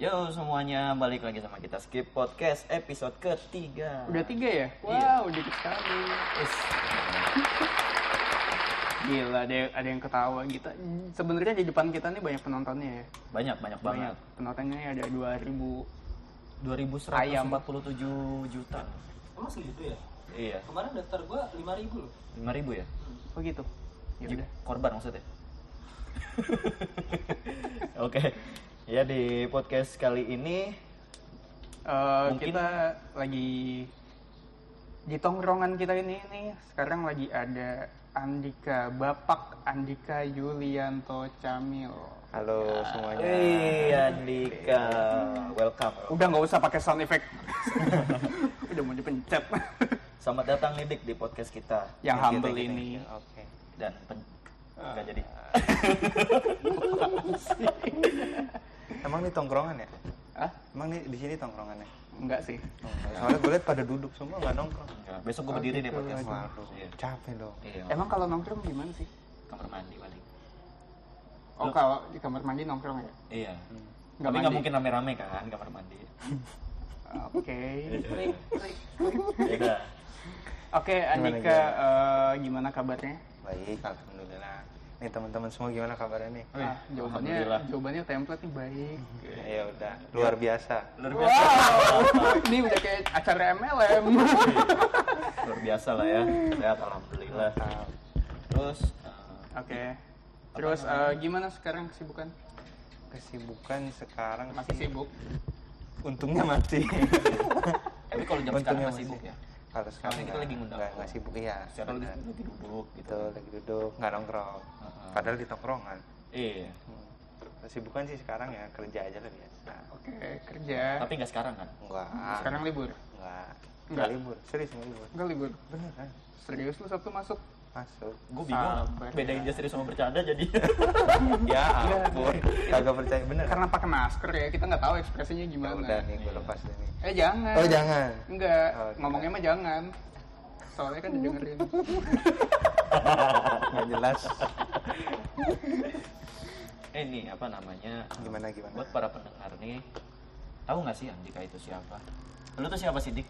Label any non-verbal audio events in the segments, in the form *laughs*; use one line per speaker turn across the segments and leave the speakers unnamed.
Yo semuanya, balik lagi sama kita Skip Podcast episode ketiga.
Udah tiga ya? Wow, dikit sekali.
Is.
Gila, ada ada yang ketawa gitu. Sebenarnya di depan kita nih banyak
Iya.
penontonnya ya.
Banyak, banyak banget.
Banyak. Penontonnya ada 2000.
2147 juta.
Emang segitu ya?
Iya,
Kemarin daftar gua 5000 loh.
5000 ya?
Oh gitu. Ya
Ji-
udah.
Korban maksudnya. *laughs* Oke. Ya di podcast kali ini
Eh,
Mungkin-
kita lagi di tongkrongan kita ini nih sekarang lagi ada Andika Bapak Andika Yulianto Camil.
Halo semuanya.
Ya. Wih, Andika, welcome.
Udah nggak usah pakai sound effect. *laughs* udah mau dipencet. *laughs*
Selamat datang nih Dik di podcast kita.
yang
Thank you,
humble
thank you,
ini.
thank
Oke.
you. Dan pen...
Ah.
nggak jadi.
Emang ini tongkrongan ya?
Ah,
Emang nih di sini tongkrongannya?
enggak sih.
Soalnya gue liat pada duduk semua nggak nongkrong.
Nggak, Besok
Oh,
gue
gitu
berdiri deh podcast.
ya.
Waduh,
Iya.
capek dong.
Iya.
Emang kalau nongkrong gimana sih?
kamar mandi paling.
Oh kalau di kamar mandi nongkrong ya?
Iya.
Nggak
Tapi nggak
mandi. Ah,
mungkin rame-rame kan kamar mandi. *laughs*
Oke.
Trik, trik.
Ya udah.
Oke Andika eh, gimana kabarnya?
Baik, alhamdulillah. Nih teman-teman semua gimana kabarnya nih?
Ah,
Oh,
jawabannya
iya. Alhamdulillah.
jawabannya template nih
*laughs*
baik.
Ya udah, luar biasa.
Luar biasa,
Wow, ini udah kayak acara
*laughs*
MLM.
luar biasa lah ya. Sehat alhamdulillah.
Mantap.
Terus eh,
Oke. Terus eh, gimana sekarang kesibukan?
Kesibukan sekarang
Masih
sih,
sibuk?
untungnya masih.
tapi kalau jam sekarang
untungnya
masih sibuk ya.
Kalau
Soalnya
sekarang
kita
nggak-
lagi ngundang
nggak-
orang.
nggak sibuk iya.
Sekarang
benar.
lagi duduk gitu.
Gitu, lagi duduk nggak nongkrong.
Heeh.
Padahal di tongkrongan.
Iya.
Hmm. Kesibukan sih sekarang ya kerja aja lah biasa.
Oke, kerja. Ah,
Tapi nggak sekarang kan?
Enggak.
Sekarang libur?
Enggak.
Enggak.
Enggak libur. Serius enggak libur.
Enggak libur.
Beneran.
Serius lu Sabtu masuk?
Masuk.
Gue bingung.
Sabar.
Bedain dia serius sama bercanda *laughs* jadi.
ya ampun. Kagak percaya bener.
Karena pakai masker ya, kita nggak tahu ekspresinya
Ya
gimana.
udah nih gue lepas deh nih.
Eh jangan.
Oh jangan.
Enggak,
Oh, tidak.
ngomongnya mah jangan. Soalnya kan didengerin.
Enggak jelas.
eh ini apa namanya? eh,
Gimana, gimana?
Buat para pendengar nih, tahu nggak sih Andika itu siapa? Lu tuh siapa sih Dik?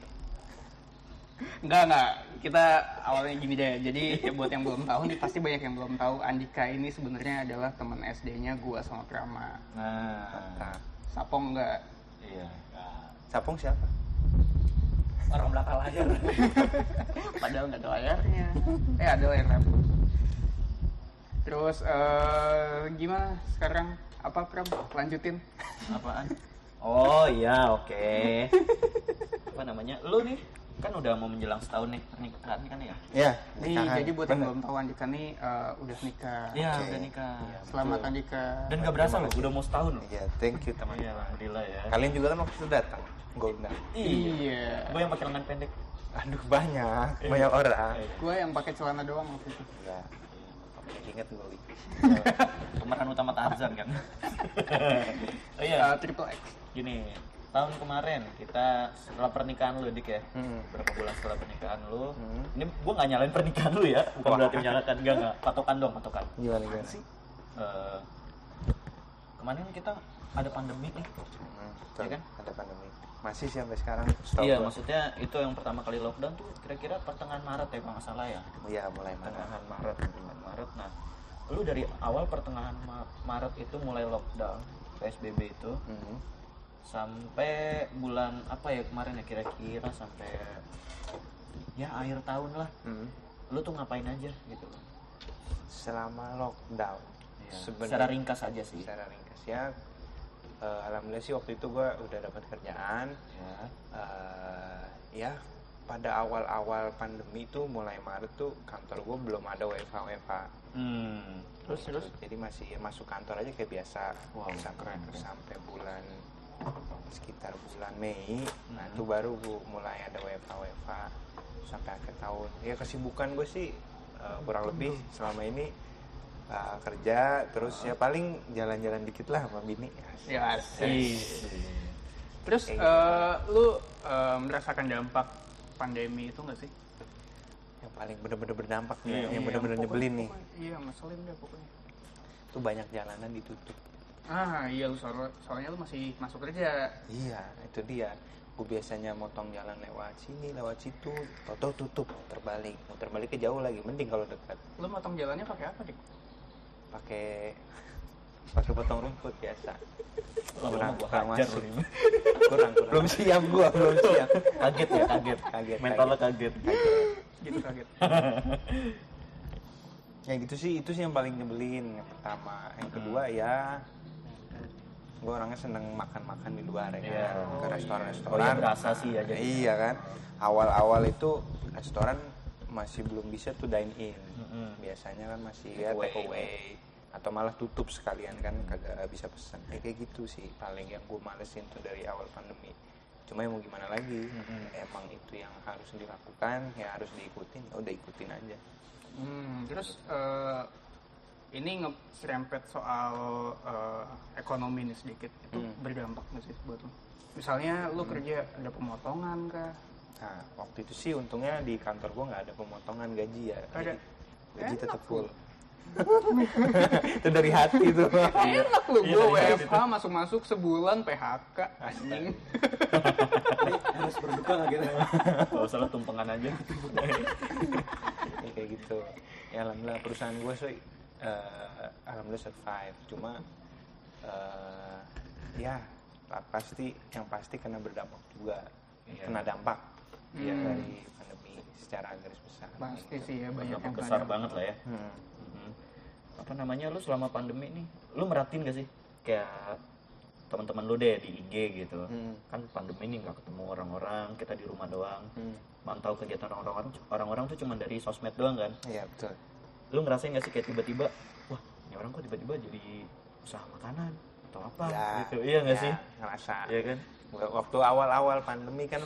Enggak, enggak. Kita awalnya gini deh. Jadi *laughs* ya buat yang belum tahu nih pasti banyak yang belum tahu Andika ini sebenarnya adalah teman SD-nya gua sama Prama.
Nah,
Nah,
Sapo enggak.
iya.
Capung siapa?
Orang belakang layar.
Padahal enggak ada layarnya. Eh ada layar laptop. Terus eh gimana sekarang? Apa Pram? Lanjutin.
*laughs* Apaan? Oh iya, oke. *laughs* Apa namanya? Lu nih kan udah mau menjelang setahun nih pernikahan kan ya?
Ya,
Nih,
nikahan.
jadi buat yang
Bener.
belum tahu Andika nih eh, udah nikah.
Iya,
Oke.
udah nikah.
Selamat Andika.
Dan gak berasa loh, udah mau setahun loh.
Iya, thank you teman.
Iya, alhamdulillah ya.
Kalian juga kan waktu itu datang. Gue undang.
Iya.
Gue yang pakai lengan pendek.
Aduh banyak, banyak orang.
Iya.
Gue yang pakai celana doang waktu itu.
Iya. Ingat gue.
Pemeran utama Tarzan kan. *laughs* oh iya,
Eh, Triple X.
gini. Tahun kemarin kita setelah pernikahan lu Dik ya.
Hmm.
Berapa bulan setelah pernikahan lu?
Hmm.
Ini gue gak nyalain pernikahan lu ya. Bukan
Wah.
berarti menyalakan enggak enggak. Patokan dong, patokan.
Gimana gimana?
Eh, kemarin kita ada pandemi nih.
Hmm, betul.
Iya kan?
Ada pandemi. Masih sih sampai sekarang. setahu
Iya,
gua.
maksudnya itu yang pertama kali lockdown tuh kira-kira pertengahan Maret ya kalau nggak salah ya.
Iya, mulai marah.
Pertengahan Maret, pertengahan Maret. Nah, lu dari awal pertengahan Ma- Maret itu mulai lockdown PSBB itu
Hmm.
sampai bulan apa ya kemarin ya kira-kira sampai ya akhir tahun lah.
Hmm.
Lu tuh ngapain aja gitu loh.
selama lockdown
Iya. Secara
sebenarnya
ringkas aja sih.
secara ringkas ya eh, alhamdulillah sih waktu itu gue udah dapat kerjaan
Ya.
Eh, ya pada awal-awal pandemi itu mulai Maret tuh kantor gue belum ada WFH WFH
Hmm.
Terus terus.
jadi masih masuk kantor aja kayak biasa
Wow,
sampai,
keren, keren.
sampai bulan sekitar bulan Mei nah
Mhm.
itu baru gue mulai ada WFH WFH sampai akhir tahun ya kesibukan gue sih eh, kurang lebih selama ini eh, kerja terus ya paling jalan-jalan dikit lah sama bini
Ih.
Ya asik. Terus
Kayak
eh, lu eh, merasakan dampak pandemi itu nggak sih?
yang Ya, paling bener-bener berdampak nih
Iya,
yang
Iya,
bener-bener
pokoknya-
nyebelin nih
pokoknya- Iya, ngeselin deh pokoknya.
tuh banyak jalanan ditutup
Ah iya lu soal, soalnya lu masih masuk kerja.
Iya, itu dia. Gue biasanya motong jalan lewat sini, lewat situ, toto tutup, terbalik, muter balik ke jauh lagi. Mending kalau dekat.
Lu motong jalannya pakai apa dik?
Pakai *laughs* pakai potong rumput biasa.
Lama-lama
Kurang,
gua
kurang
hajar
masuk.
lu.
Kurang, kurang. Belum siap gua, belum siap.
Kaget ya, kaget.
Kaget,
Mentalnya kaget.
Gitu *laughs* kaget.
Ya gitu sih, itu sih yang paling nyebelin yang pertama. Yang kedua ya gue orangnya seneng makan-makan di luar ya,
Iya.
ke
Oh
restoran-restoran.
ya berasa sih ya
Ya,
jadi.
iya kan. Awal-awal itu restoran masih belum bisa tuh dine in.
Mm-mm.
Biasanya kan masih
Take
ya
away.
take away atau malah tutup sekalian kan kagak bisa pesan. Ya, kayak gitu sih paling yang gue malesin tuh dari awal pandemi. Cuma ya mau gimana lagi? Emang itu yang harus dilakukan, ya harus diikutin. Ya udah ikutin aja.
Hmm, terus eh, ini nge serempet soal eh, ekonomi nih sedikit itu
Hmm.
berdampak nggak sih buat lu? Misalnya lu kerja ada pemotongan kah?
Nah, waktu itu sih untungnya di kantor gue nggak ada pemotongan gaji ya.
Ada.
Jadi, gaji
Enak
tetap
lu.
full. *laughs* itu dari hati tuh.
*laughs* Enak lu,
Iya,
gue
tadi kan
WFH masuk-masuk sebulan PHK anjing.
harus berduka nggak gitu
Gak usah lah tumpengan aja.
ya kayak gitu ya alhamdulillah perusahaan gue sih eh, alhamdulillah survive cuma eh, ya pa- pasti yang pasti kena berdampak juga
Iya.
kena dampak ya
Hmm.
dari pandemi secara garis besar
Pasti
gitu.
sih ya banyak
Dampak
yang
besar
kena.
banget lah ya.
Hmm.
Mhm. Apa namanya lu selama pandemi nih? Lu merhatiin gak sih kayak teman-teman lu deh di IG gitu.
Hmm.
Kan pandemi ini nggak ketemu orang-orang, kita di rumah doang.
Hmm.
Mantau kegiatan orang-orang orang-orang tuh cuma dari sosmed doang kan.
Iya betul
Lu ngerasain gak sih kayak tiba-tiba wah, ini orang kok tiba-tiba jadi usaha makanan atau apa gitu. Iya gak
ya,
sih?
ngerasa
Iya kan?
waktu awal-awal pandemi kan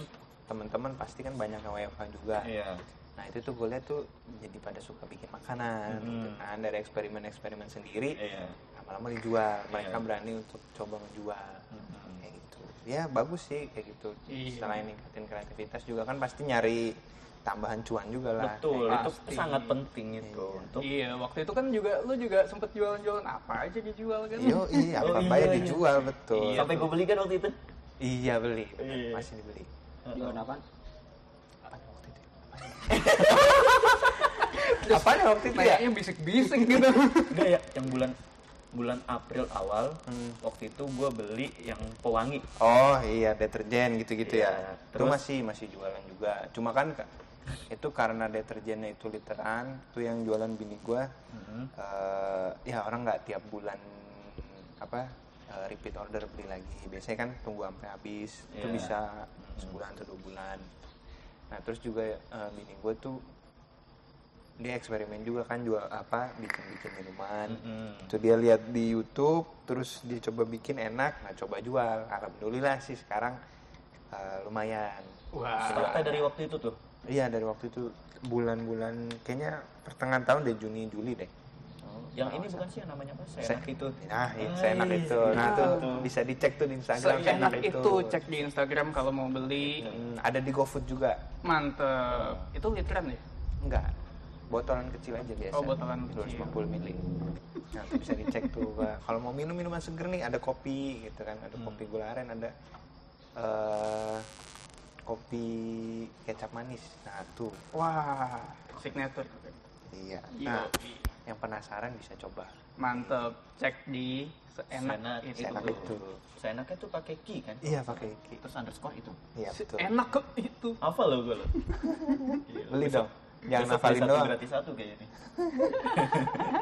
teman-teman pasti kan banyak yang WFH juga
Iya.
Nah itu tuh gue lihat tuh jadi pada suka bikin makanan
Hmm.
gitu kan dari eksperimen-eksperimen sendiri
Iya.
lama-lama dijual mereka
Iya.
berani untuk coba menjual
Mhm.
kayak gitu ya bagus sih kayak gitu
Iya.
selain ningkatin kreativitas juga kan pasti nyari tambahan cuan juga lah
Betul,
Kayak
itu
pasti.
sangat penting itu
Iya.
untuk
Iya, waktu itu kan juga lu juga sempet jualan-jualan apa aja dijual kan?
Yo, iya,
Oh,
apa apa
iya,
ya
iya.
dijual betul.
sampai gue beli kan waktu itu.
Iya beli, benar.
Iya.
masih dibeli.
gimana apaan
Apa waktu itu? Apa waktu itu ya?
Kayaknya bisik-bisik gitu.
Enggak ya, yang bulan bulan April awal
Hmm.
waktu itu gue beli yang pewangi.
Oh iya deterjen gitu-gitu
Iya,
ya. Itu
terus-
masih masih jualan juga. Cuma kan ka- itu karena deterjennya itu literan, itu yang jualan bini gua.
Mm-hmm.
eh, ya orang nggak tiap bulan apa eh, repeat order beli lagi. Biasanya kan tunggu sampai habis. Itu
Iya.
bisa sebulan atau dua bulan. Nah terus juga eh, bini gue tuh dia eksperimen juga kan jual apa bikin-bikin minuman.
Mm-hmm. Mm-mm.
Itu dia lihat di YouTube, terus dia coba bikin enak, nah coba jual. Alhamdulillah sih sekarang eh, lumayan.
Wah,
Startnya dari waktu itu tuh.
Iya dari waktu itu bulan-bulan kayaknya pertengahan tahun deh Juni Juli deh. Oh.
Yang ini bukan sih yang namanya apa? Seenak
Se-
itu.
Nah, i-
Ah,
seenak
Ay,
itu. Nah,
iya.
tuh bisa dicek tuh di Instagram
seenak
gitu.
itu cek di Instagram kalau mau beli.
Hmm, ada di GoFood juga.
Mantep. Itu literan ya?
Enggak. Botolan kecil aja biasa.
Oh, botolan kecil.
250 mili. Nah, tuh bisa dicek tuh. Pak. Kalau mau minum minuman seger nih ada kopi gitu kan, ada kopi
Hmm.
gula aren, ada eh kopi kecap manis. Nah, tuh.
Wah, signature.
Iya.
Iya.
Nah, yang penasaran bisa coba.
Mantep. Cek di seenak,
Seenak itu.
itu.
Seenak itu.
Seenaknya tuh pakai ki kan?
Iya, pakai iki.
Terus underscore itu.
Iya, betul.
Enak kok itu.
Apa lo gue lo?
Beli dong.
Besok
Jangan
beli
hafalin
satu
doang.
Gratis satu kayaknya nih.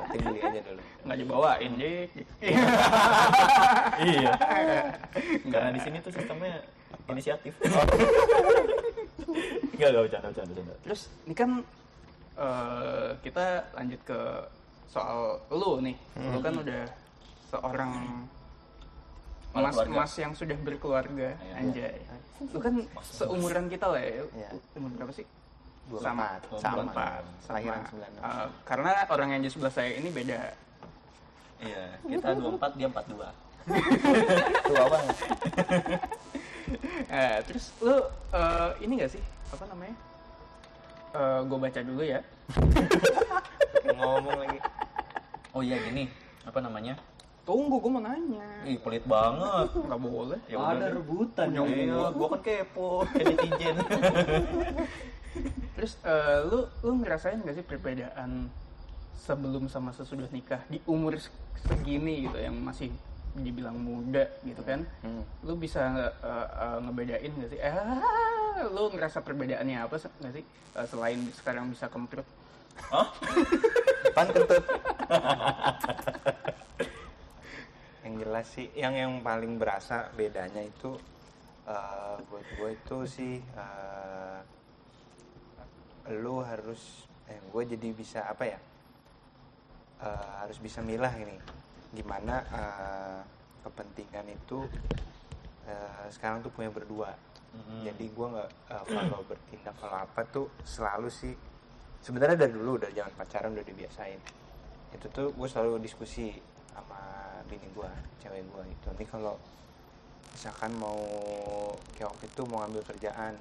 Nanti beli aja dulu.
Nggak dibawain, Dik.
iya. Karena di sini tuh sistemnya inisiatif.
Oh.
Enggak, enggak bercanda, bercanda, bercanda.
Terus, ini kan eh, kita lanjut ke soal lu nih. Lu kan udah seorang
Kepala
mas
keluarga.
mas yang sudah berkeluarga,
Iya.
anjay. Lu kan seumuran kita lah ya.
Iya.
Umur berapa sih?
24.
Sama.
Sama.
Empat. Sama.
Lahiran 96.
Eh, karena orang yang di sebelah saya ini beda.
Iya, kita 24 dia 42.
*laughs* Tua banget.
Eh, terus lu eh, ini gak sih? Apa namanya? Eh, gue baca dulu ya.
Ngomong lagi.
Oh iya gini, apa namanya?
Tunggu, gue mau nanya.
Ih, pelit banget.
Nggak boleh.
Ya
ada
udah.
rebutan
Nyong,
ya.
gua kan kepo, kayak netizen.
Terus eh, lu lu ngerasain gak sih perbedaan sebelum sama sesudah nikah di umur se- segini gitu yang masih dibilang muda gitu kan?
Hmm.
Lu bisa eh, eh, ngebedain gak sih? Eh, lu ngerasa perbedaannya apa se- gak sih Eh, selain sekarang bisa kemprut?
Hah?
Pan kentut. yang jelas sih, yang yang paling berasa bedanya itu eh, buat gue itu sih eh, lo harus eh, gue jadi bisa apa ya eh, harus bisa milah ini gimana eh, kepentingan itu eh, sekarang tuh punya berdua jadi gue nggak eh, kalau bertindak kalau apa tuh selalu sih sebenarnya dari dulu udah jangan pacaran udah dibiasain itu tuh gue selalu diskusi sama bini gue cewek gue gitu ini kalau misalkan mau kayak waktu itu mau ngambil kerjaan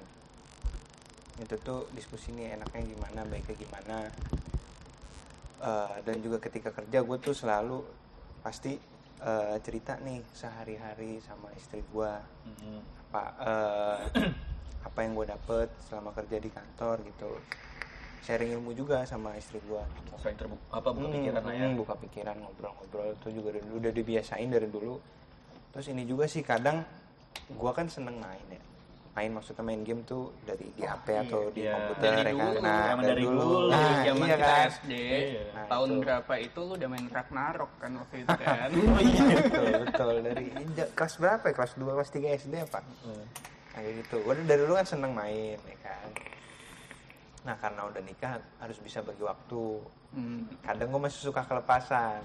itu tuh diskusi nih enaknya gimana baiknya gimana Eh, dan juga ketika kerja gue tuh selalu pasti eh, cerita nih sehari-hari sama istri gue
Mm-mm.
apa eh, *clears throat* apa yang gue dapet selama kerja di kantor gitu sharing ilmu juga sama istri gue
Sering terbuka apa buka pikiran lah ya.
Hmm, buka pikiran ngobrol-ngobrol itu juga dari dulu udah dibiasain dari dulu terus ini juga sih kadang gue kan seneng main ya main maksudnya main game tuh dari di HP atau di
iya.
komputer
Dari
ya
dulu
kan?
tuh,
nah
zaman dari dulu,
nah,
Dari zaman
iya
kita
kan?
SD,
Iya.
Nah,
tahun
itu. Oh,
berapa itu lu udah main Ragnarok kan waktu
*laughs*
itu kan?
Iya, betul betul dari ja- kelas berapa ya kelas 2 kelas 3 SD apa
Hmm.
Nah, kayak gitu udah dari dulu kan seneng main ya kan nah karena udah nikah harus bisa bagi waktu
Hmm.
kadang gue masih suka kelepasan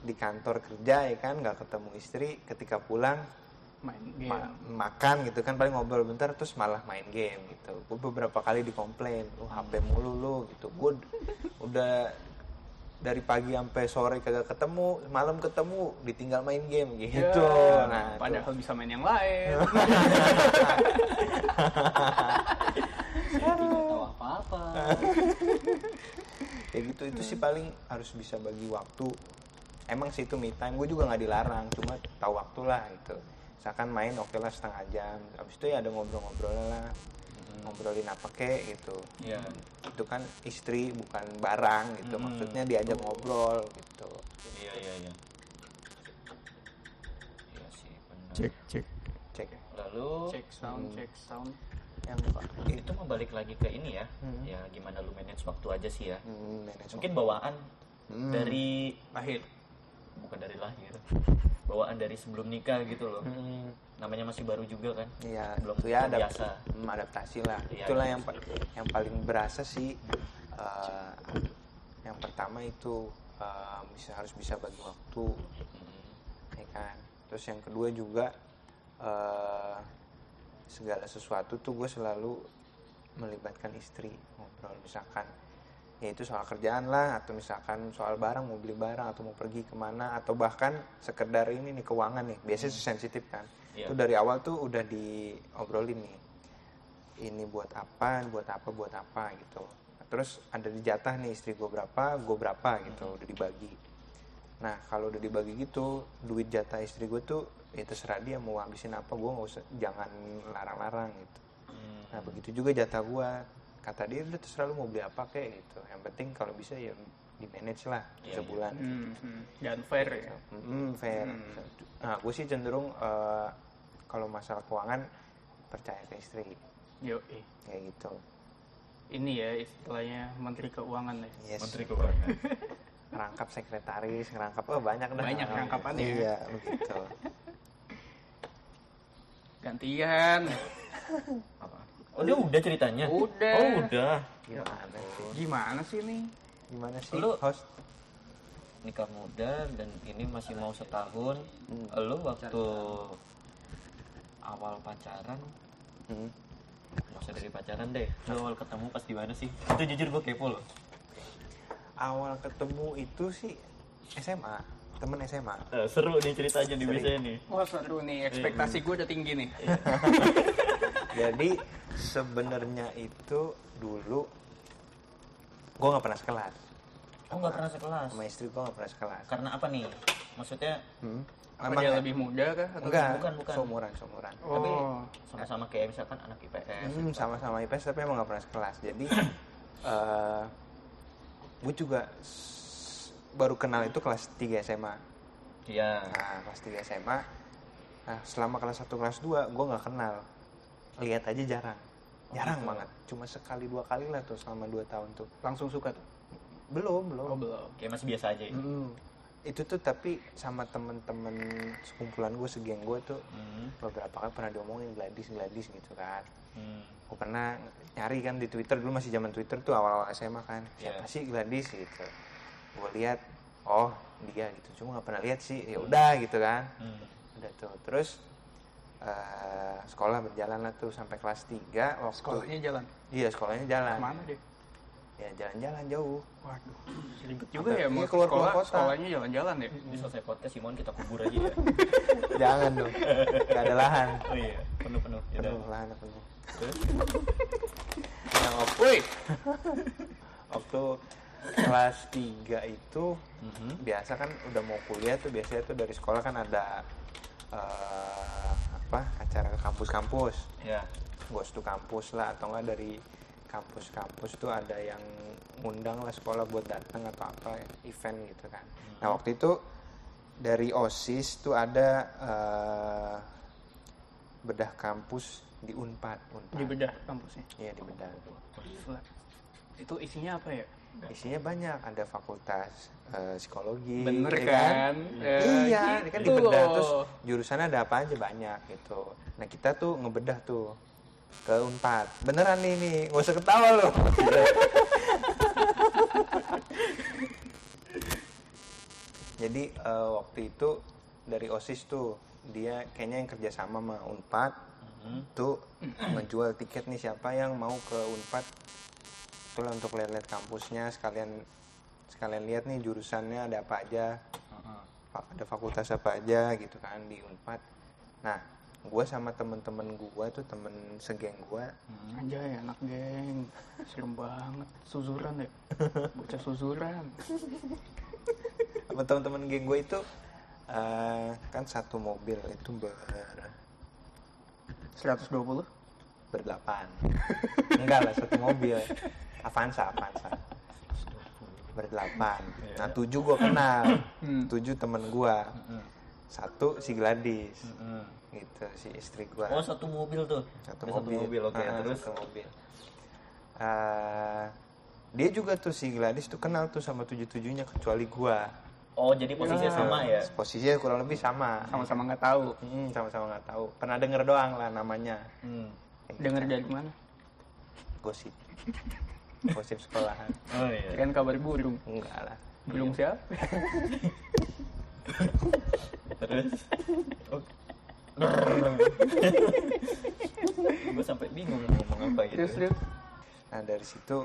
di kantor kerja ya kan nggak ketemu istri ketika pulang
main game.
ma- makan gitu kan paling ngobrol bentar terus malah main game gitu gue beberapa kali dikomplain lu HP mulu lu gitu gue d- udah dari pagi sampai sore kagak ketemu malam ketemu ditinggal main game gitu
Iya.
nah itu.
Padahal bisa main yang
*laughs*
lain.
Saya tidak tahu apa-apa.
ya gitu itu
Hmm.
sih paling harus bisa bagi waktu emang sih itu me time gue juga nggak dilarang cuma tahu waktu lah gitu misalkan main oke lah setengah jam habis itu ya ada ngobrol-ngobrol lah
Hmm.
ngobrolin apa kek gitu
Iya.
itu kan istri bukan barang gitu
Mm-mm.
maksudnya diajak ngobrol gitu
Iya, iya, iya. Iya sih, benar.
cek.
cek
Lalu
Cek sound, cek sound.
yang
itu mau balik lagi ke ini ya.
Hmm.
Ya gimana lu manage waktu aja sih ya.
Hmm, manage
Mungkin
waktu.
bawaan
Hmm.
dari
Akhir.
bukan dari lahir. Bawaan dari sebelum nikah gitu loh.
Hmm,
Namanya masih baru juga kan.
Iya,
Belum
itu ya ada
biasa.
adaptasi lah.
Iya,
Itulah
iya.
yang pa- yang paling berasa sih. eh, yang pertama itu eh, bisa harus bisa bagi waktu, ya kan. Terus yang kedua juga eh, segala sesuatu tuh gue selalu melibatkan istri ngobrol misalkan ya itu soal kerjaan lah atau misalkan soal barang mau beli barang atau mau pergi kemana atau bahkan sekedar ini nih keuangan nih biasanya sensitif kan
Iya.
itu dari awal tuh udah diobrolin nih ini buat apa buat apa buat apa gitu terus ada dijatah nih istri gue berapa gue berapa gitu
Hmm.
udah dibagi nah kalau udah dibagi gitu duit jatah istri gue tuh ya terserah dia mau habisin apa gue nggak usah jangan larang-larang gitu
Hmm.
Nah begitu juga jatah gua kata dia udah terserah lu mau beli apa kayak gitu. Yang penting kalau bisa ya di manage lah
Iya,
sebulan.
Hmm, hmm. Dan fair ya.
Mm, fair. Nah gue sih cenderung eh, kalau masalah keuangan percaya ke istri
Yo, eh.
kayak gitu.
ini ya istilahnya Menteri Keuangan ya.
Yes.
Menteri Keuangan.
Rangkap sekretaris, ngerangkap oh banyak dah.
Banyak rangkapannya.
Iya begitu.
Gantian.
Apa? Oh, dia udah ceritanya.
Udah.
Oh, udah.
Gimana
Gimana
sih?
sih nih?
Gimana sih
Lu-
host?
nikah muda dan ini masih mau setahun
Hmm.
lu waktu awal pacaran
Hmm.
nggak usah dari pacaran deh lu awal ketemu pas di mana sih itu jujur gue kepo loh
Awal ketemu itu sih SMA temen SMA.
Eh, seru nih ceritanya di biasanya nih
Wah seru nih, ekspektasi gue udah tinggi nih.
Jadi sebenarnya itu dulu gue nggak pernah sekelas.
Oh nggak pernah sekelas.
sama ya. istri gue nggak pernah sekelas
Karena apa nih? Maksudnya
hmm.
Apa dia lebih muda kah? Atau
enggak
bukan, bukan.
seumuran seumuran
tapi
Oh.
sama-sama kayak misalkan anak IPS.
Hmm, sama-sama IPS tapi emang gak pernah sekelas. Jadi eh gue juga s- baru kenal itu kelas 3 SMA.
Iya.
Nah, kelas 3 SMA. Nah, selama kelas 1 kelas 2 gue nggak kenal. Lihat aja jarang. Jarang banget. Cuma sekali dua kali lah tuh selama 2 tahun tuh.
langsung suka tuh? Oh,
Belum, belum.
belum.
Kayak masih biasa aja. ya?
Hmm.
Mm-mm. Itu tuh tapi sama temen-temen sekumpulan gue, segeng gue tuh
Hmm.
beberapa kali pernah diomongin Gladys, Gladis gitu kan.
Hmm.
gue pernah nyari kan di Twitter dulu masih zaman Twitter tuh awal-awal SMA kan
Iya.
siapa sih Gladys gitu gue lihat oh dia gitu cuma nggak pernah lihat sih ya udah gitu kan
Hmm.
udah tuh terus eh, sekolah berjalan lah tuh sampai kelas 3 waktu
Sekolahnya jalan.
iya sekolahnya jalan
Mana deh?
ya jalan-jalan jauh
Nah. Waduh, ribet juga
Sampai-
ya mau
iya, keluar-
sekolah,
keluar kota.
sekolahnya jalan-jalan ya.
Ini selesai podcast Simon kita kubur aja ya.
jangan dong gak ada lahan
Oh iya, penuh-penuh. Ya udah.
Aduh, lahan aku nih.
Terus?
Nah, waktu,
Woi,
waktu kelas 3 itu
Mhm.
Hmm?
biasa kan udah mau kuliah tuh biasanya tuh dari sekolah kan ada eh, apa acara ke kampus-kampus
Ya.
ghost to kampus lah atau enggak dari kampus-kampus tuh ada yang ngundang lah sekolah buat datang atau apa event gitu kan
Hmm.
nah waktu itu dari osis tuh ada eh, bedah kampus di unpad unpad
di bedah kampusnya.
iya di bedah
Gila. Itu isinya apa ya?
isinya banyak ada fakultas eh, psikologi
Bener
ya
kan? Eh,
iya, ini kan
gitu
dibedah
loh.
terus jurusannya ada apa aja banyak gitu. Nah kita tuh ngebedah tuh ke unpad. Beneran nih nih, gak usah ketawa
*laughs*
loh. Jadi eh, waktu itu dari osis tuh dia kayaknya yang kerjasama sama unpad
Hmm.
tuh ngejual tiket nih siapa yang mau ke unpad itulah untuk lihat-lihat kampusnya sekalian sekalian lihat nih jurusannya ada apa aja fa- ada fakultas apa aja gitu kan di Unpad. Nah, gue sama temen-temen gue tuh temen segeng gue,
Anjay, anak geng. Serem banget. Suzuran ya? Bocah suzuran.
sama temen-temen geng gue itu eh, kan satu mobil itu ber
120?
berdelapan, *laughs* enggak lah satu mobil, Avanza Avanza berdelapan. Nah tujuh gue kenal, tujuh temen gue, satu si Gladys,
Mhm.
gitu si istri gue.
Oh satu mobil tuh.
satu
Ada
mobil,
oke
Ah,
terus.
satu mobil Ah, dia juga tuh si Gladys tuh kenal tuh sama tujuh tujuhnya kecuali gua
Oh jadi posisinya
Iya.
sama ya.
posisinya kurang lebih sama
Sama-sama nggak tahu.
Mm, sama-sama nggak tahu pernah denger doang lah namanya
Hmm.
Dengar dari mana?
*laughs*
gosip gosip sekolahan
Oh iya.
Kan kabar burung.
enggak lah
Burung siapa?
Terus. Oh. Gue sampai bingung mau ngomong apa gitu.
Terus, terus.
nah dari situ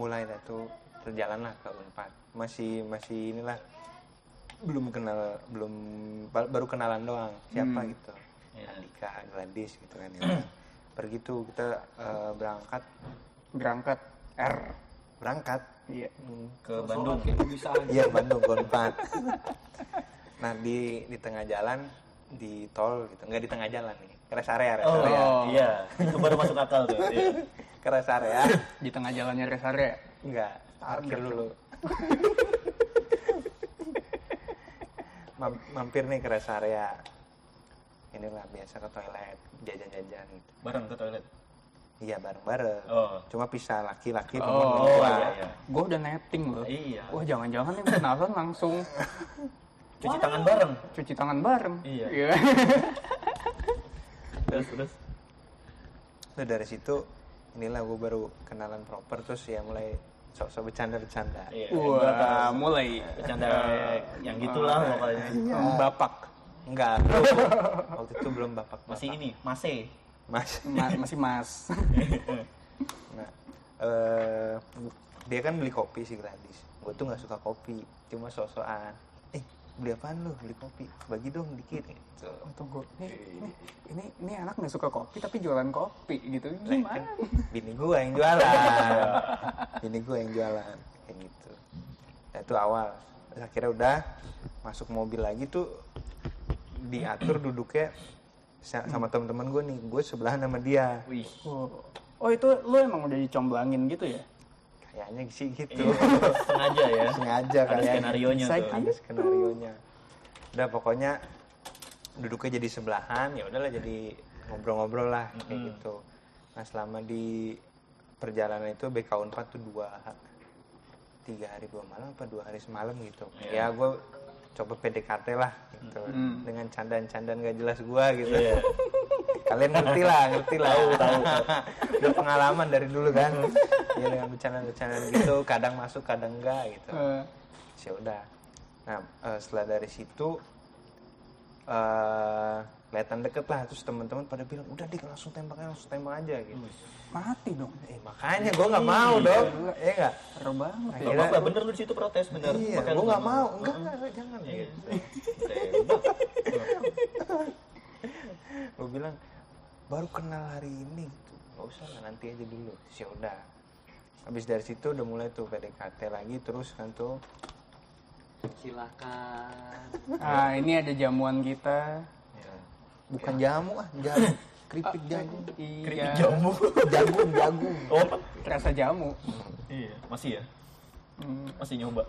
mulai lah tuh terjalan lah ke Unpad masih masih inilah belum kenal belum ba- baru kenalan doang siapa gitu Andika Gladys gitu kan ya udah. pergi tuh kita eh, berangkat
Berangkat. R.
berangkat
Iya.
Ke Bandung.
kayak bisa aja.
iya Bandung ke Unpad nah di di tengah jalan di tol gitu nggak di tengah jalan nih rest area rest
Oh
area
iya. Itu baru masuk akal tuh. Iya.
ke rest area
Di tengah jalannya rest area.
Enggak, parkir dulu. Mam- mampir nih ke rest area. Inilah biasa ke toilet, jajan-jajan gitu.
Bareng ke toilet.
Iya bareng-bareng.
Oh.
Cuma pisah laki-laki
Oh,
perempuan.
iya, iya.
Gue udah netting loh.
Iya.
Wah jangan-jangan yang kenalan langsung
Cuci tangan bareng.
cuci tangan bareng.
Iya. Terus terus.
Terus dari situ inilah gue baru kenalan proper terus ya mulai sok-sok bercanda-bercanda.
Iya.
Wah mulai
Bercanda yang gitulah pokoknya.
Iya.
membapak.
Enggak,
*laughs*
belum. waktu itu belum bapak
Masih ini, mase.
Mas.
Ma- masih mas. *laughs*
Nah, eh, dia kan beli kopi sih gratis. Gue tuh nggak suka kopi, cuma sok-sokan. Eh, beli apaan lu? Beli kopi. Bagi dong dikit. Gitu.
Tunggu, nih, nih, ini ini anak nggak suka kopi tapi jualan kopi gitu
Lah,
gimana?
kan Bini gue yang jualan. Bini gue yang jualan. Kayak gitu. Nah, itu awal. Terus akhirnya udah masuk mobil lagi tuh diatur duduknya sa- sama teman-teman gue nih. Gue sebelahan sama dia.
Wih.
Oh, oh itu lu emang udah dicomblangin gitu ya?
Kayaknya sih gitu.
Iya, sengaja ya.
Sengaja
Ada
kayaknya.
skenarionya
Bisa
tuh.
Ada skenarionya. Udah pokoknya duduknya jadi sebelahan, ya udahlah jadi ngobrol-ngobrol lah kayak
Mm-mm.
gitu. Nah selama di perjalanan itu BK4 tuh dua tiga hari dua malam apa dua hari semalam gitu.
Iya.
Ya gue coba PDKT lah gitu
Mm.
dengan candaan-candaan gak jelas gue gitu.
Iya.
*laughs* Kalian ngerti lah, ngerti lah. Tahu, tahu. Udah pengalaman dari dulu kan. Ya dengan bercandaan-bercandaan gitu, kadang masuk, kadang enggak gitu
Eh,
ya udah nah eh, setelah dari situ eh kelihatan deket lah terus teman-teman pada bilang udah dik langsung tembak aja, langsung tembak aja gitu
Hmm.
mati dong.
eh makanya gue nggak mau
Iya,
dong ya nggak
Seru banget.
Gak apa-apa, bener lu di situ protes, bener.
iya
Makanya
gue
lu
nggak mau enggak enggak enggak, jangan
Iya,
gitu.
tembak.
gue bilang baru kenal hari ini gitu nggak usah lah, nanti aja dulu Terus ya udah habis dari situ udah mulai tuh PDKT lagi terus kan tuh
Silakan.
Ah, ini ada jamuan kita.
Ya.
bukan jamu ah
*laughs*
jamu
Ah,
keripik jagung
Iya.
Jamu.
jagung jagung
Oh,
Rasa jamu.
iya. Masih ya?
Hmm.
Masih nyoba.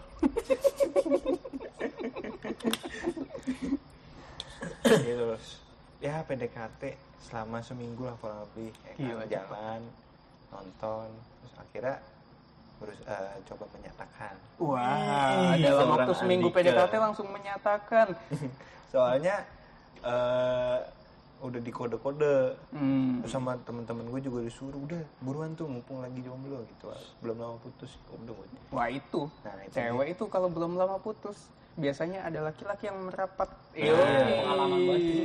Jadi terus Gitu ya PDKT selama seminggu lah kurang lebih ya kan,
Gila.
jalan nonton terus akhirnya berus- eh, coba menyatakan *laughs*
Wah,
Ih,
dalam
seorang
waktu seminggu
Andika.
PDKT langsung menyatakan.
soalnya eh, udah di kode-kode
Hmm.
terus sama temen-temen gue juga disuruh udah buruan tuh mumpung lagi jomblo gitu belum lama putus udah gue
Wah itu,
Nah, itu
cewek itu kalau belum lama putus biasanya ada laki-laki yang merapat.
Iya,
pengalaman banget.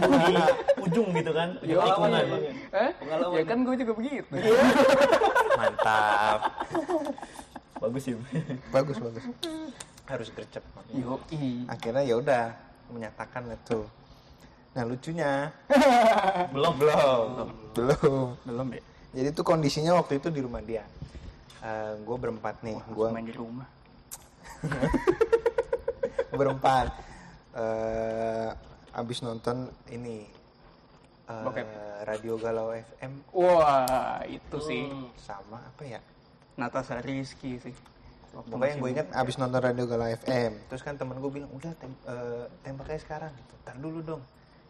Tumbuh di ujung gitu kan.
Yo,
Pengalaman
iya.
emang.
Eh?
Pengalaman.
Ya kan gue juga begitu.
mantap
Bagus sih.
bagus bagus harus gercep
Yo,
akhirnya ya udah menyatakan lah tuh nah lucunya
Belum.
belum belum
belum ya.
Jadi itu kondisinya waktu itu di rumah dia. gue berempat nih,
Gua
gue
main di rumah.
*laughs* berempat. Eh, abis nonton ini eh,
Bokep.
radio galau FM
Wah itu sih
sama apa ya?
Natasha Rizky sih. Waktu
Pokoknya
masih
yang gue ingat abis nonton radio galau FM. Terus kan temen gue bilang udah tem eh, tembak aja sekarang. Gitu. Ntar dulu dong,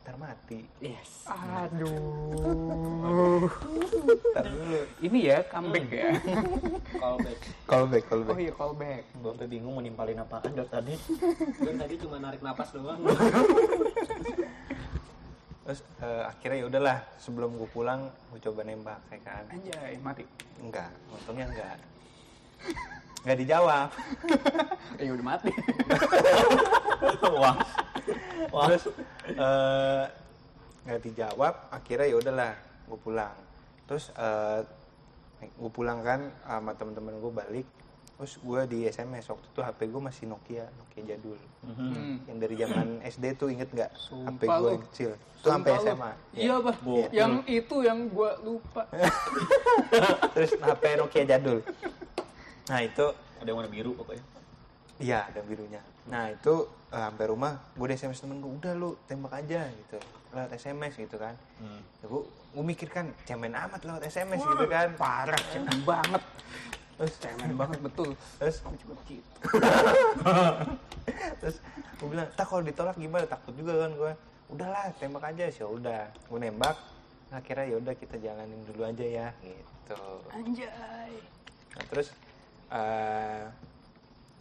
ntar mati.
Yes.
*laughs* Aduh.
Ntar dulu.
Ini ya comeback ya. *laughs*
Callback.
Call back, call
Oh
back.
iya callback.
Gue sampai bingung mau nimpalin apaan dari tadi.
Gue tadi cuma narik napas doang.
Terus eh, akhirnya ya udahlah, sebelum gue pulang gue coba nembak, ya kan?
Anjay mati.
Enggak, untungnya enggak. Enggak dijawab.
Eh udah mati.
*laughs* Wah. Wah.
terus eh, nggak dijawab akhirnya ya udahlah gue pulang terus gue pulang kan sama temen-temen gue balik terus gue di sms waktu itu hp gue masih Nokia Nokia jadul
Mhm.
Hmm.
yang dari zaman SD tuh inget nggak HP
Sumpah
gue
lu.
yang kecil itu sampai
Sumpah lu.
SMA
Iya, Bah.
Gokil.
Yang itu yang gua lupa.
*laughs* terus HP Nokia jadul nah itu
Ada yang warna biru pokoknya.
Iya, ada birunya. Nah itu eh, sampai rumah, gue di SMS temen gue, udah lu tembak aja gitu, lewat SMS gitu kan.
Hmm.
Ya, gue, gue mikir kan, cemen amat lewat SMS gitu kan.
Parah, cemen banget.
Terus,
Cemen banget betul.
terus,
Aku juga gitu. begitu.
terus gue bilang, tak kalau ditolak gimana, takut juga kan gue. Udahlah, tembak aja sih, udah. Gue nembak, akhirnya ya udah kita jalanin dulu aja ya gitu.
Anjay.
Nah, terus eh,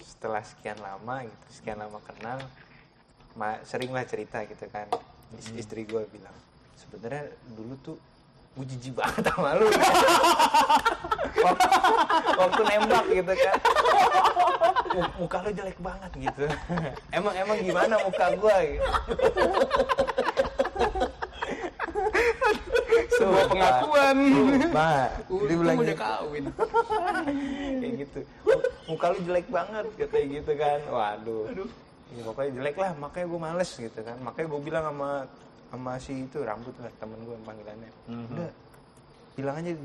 setelah sekian lama gitu, sekian lama kenal, ma- seringlah cerita gitu kan. Is- Istri gue bilang, sebenarnya dulu tuh gue jijik banget sama lu. *laughs* waktu, waktu nembak gitu kan. Mu- Muka lu jelek banget gitu. *laughs* emang emang gimana muka gue? Gitu.
Sebuah
Sumpah.
pengakuan.
Bah, dia bilang
Untung udah
gitu.
kawin.
kayak gitu muka lu jelek banget katanya gitu kan waduh Ya, pokoknya jelek lah makanya gue males gitu kan makanya gue bilang sama sama si itu rambut lah temen gue yang panggilannya
Mhm.
udah bilang aja eh,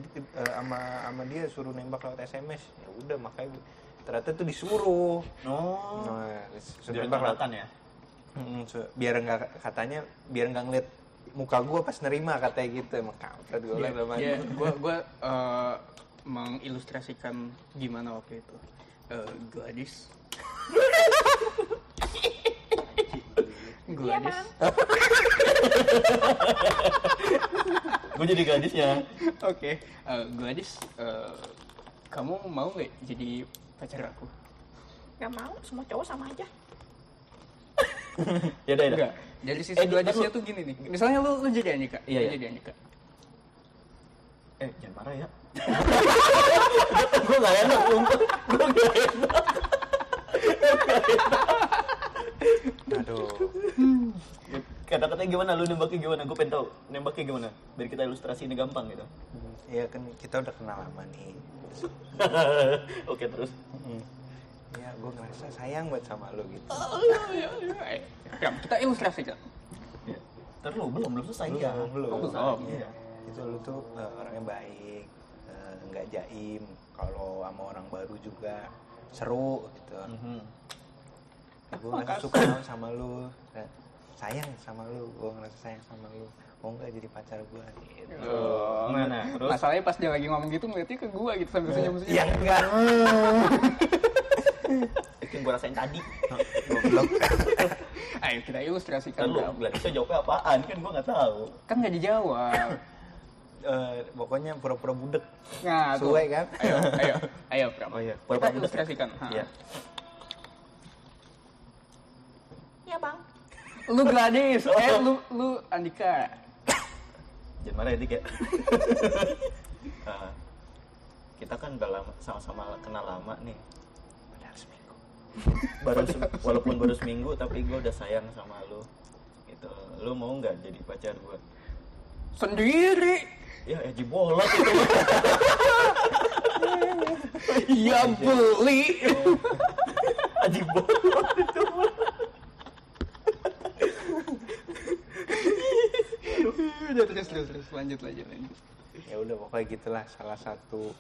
sama sama dia suruh nembak lewat sms ya udah makanya gue ternyata itu disuruh
Oh.
nah,
Dia
sebentar lah
kelihatan ya.
Hmm, se- biar nggak katanya biar nggak ngeliat muka gue pas nerima katanya gitu emang kampret gue
Iya,
lah namanya.
Ya, gue gue eh, mengilustrasikan gimana waktu itu. Eh, gadis. gadis.
Gue jadi gadis ya.
Oke. Eh, gadis, eh, kamu mau nggak jadi pacar aku?
Gak mau, semua cowok sama aja.
*laughs* Ya udah, ya udah.
Enggak. Dari sisi
Eh,
dua
bentar,
gadisnya
lu-
tuh gini nih. Misalnya lu lu jadi Andika,
Iya,
lu
iya.
jadi Andika.
Eh, jangan marah ya. gue gak enak, sumpah. Gue gak enak.
aduh
Kata-katanya gimana? Lu nembaknya gimana? Gue pengen tau. Nembaknya gimana? Biar kita ilustrasinya gampang gitu.
ya kan kita udah kenal lama nih
*laughs* Oke, terus.
Mm. ya gue ngerasa sayang buat sama lu gitu
Oh, Eh, Ram, kita ilustrasikan.
Ya. Ntar lu belum, belum selesai.
Belum,
ya.
belum.
Oh, belum.
Iya. itu lu tuh eh, orangnya baik eh, nggak jaim kalau sama orang baru juga seru gitu
Mhm.
gue ngerasa suka sama lu eh, sayang sama lu gue ngerasa sayang sama lu mau nggak jadi pacar gue gitu
Tuh, mana? Terus?
Masalahnya pas dia lagi ngomong gitu ngeliatnya ke gua gitu
Iya.
sambil senyum-senyum.
yang enggak
Itu yang gue rasain tadi.
goblok
Ayo kita ilustrasikan.
Ntar Kan lu,
Ram.
gadisnya jawabnya apaan? Kan gue gak tahu.
Kan nggak *coughs* dijawab.
Eh, pokoknya pura-pura budek
Nah, tuh.
suwe kan
Ayo, *coughs* ayo, ayo, Pram.
Oh, iya.
Kita
Pura-pura budek.
ilustrasikan. Ha.
Iya.
Iya bang.
Lu Gladys, eh *coughs* lu lu Andika.
Jangan marah ya, Dik ya. Nah, kita kan udah lama, sama-sama kenal lama nih. Padahal seminggu. Baru se- walaupun baru seminggu, tapi gue udah sayang sama lu. Gitu. Lu mau nggak jadi pacar gue?
Sendiri.
Ya, ya jibolot itu. *laughs*
Ya beli.
Aji bolot itu.
*coughs* Udah terus terus terus lanjut lanjut lanjut.
ya udah pokoknya gitulah salah satu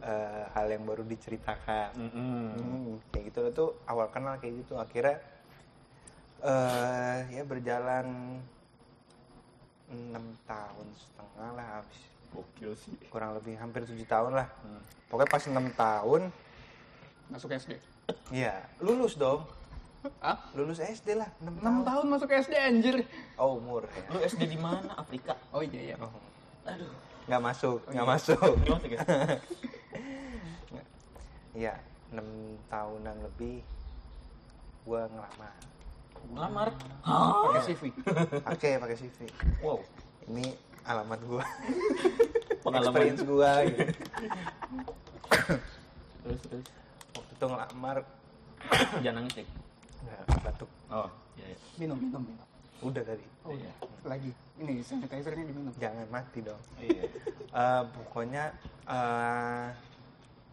eh, hal yang baru diceritakan Hmm, kayak gitu tuh awal kenal kayak gitu akhirnya eh ya berjalan enam tahun setengah lah habis
Gokil sih.
kurang lebih hampir tujuh tahun lah
Hmm.
pokoknya pas enam tahun
Masuk SD.
ya lulus dong
Ah?
lulus SD lah enam
6
tahun
tahun masuk SD anjir.
oh, umur ya
Lu SD di mana? Afrika.
Oh iya iya.
Oh. nggak masuk
Iya.
nggak
*laughs*
masuk
Lu masih kayak-
ya enam tahunan lebih gua ngelamar
Ngelamar.
Pakai CV.
oke pakai CV
Wow.
ini alamat gua
Pengalaman.
experience gua gitu.
Terus, terus.
waktu itu ngelamar
Jangan nangis, Dik.
nah, batuk
Oh, iya, iya.
Minum minum minum.
udah tadi
Oh iya. Lagi. Ini sanitizer-nya diminum.
jangan mati dong
Iya.
Eh, pokoknya eh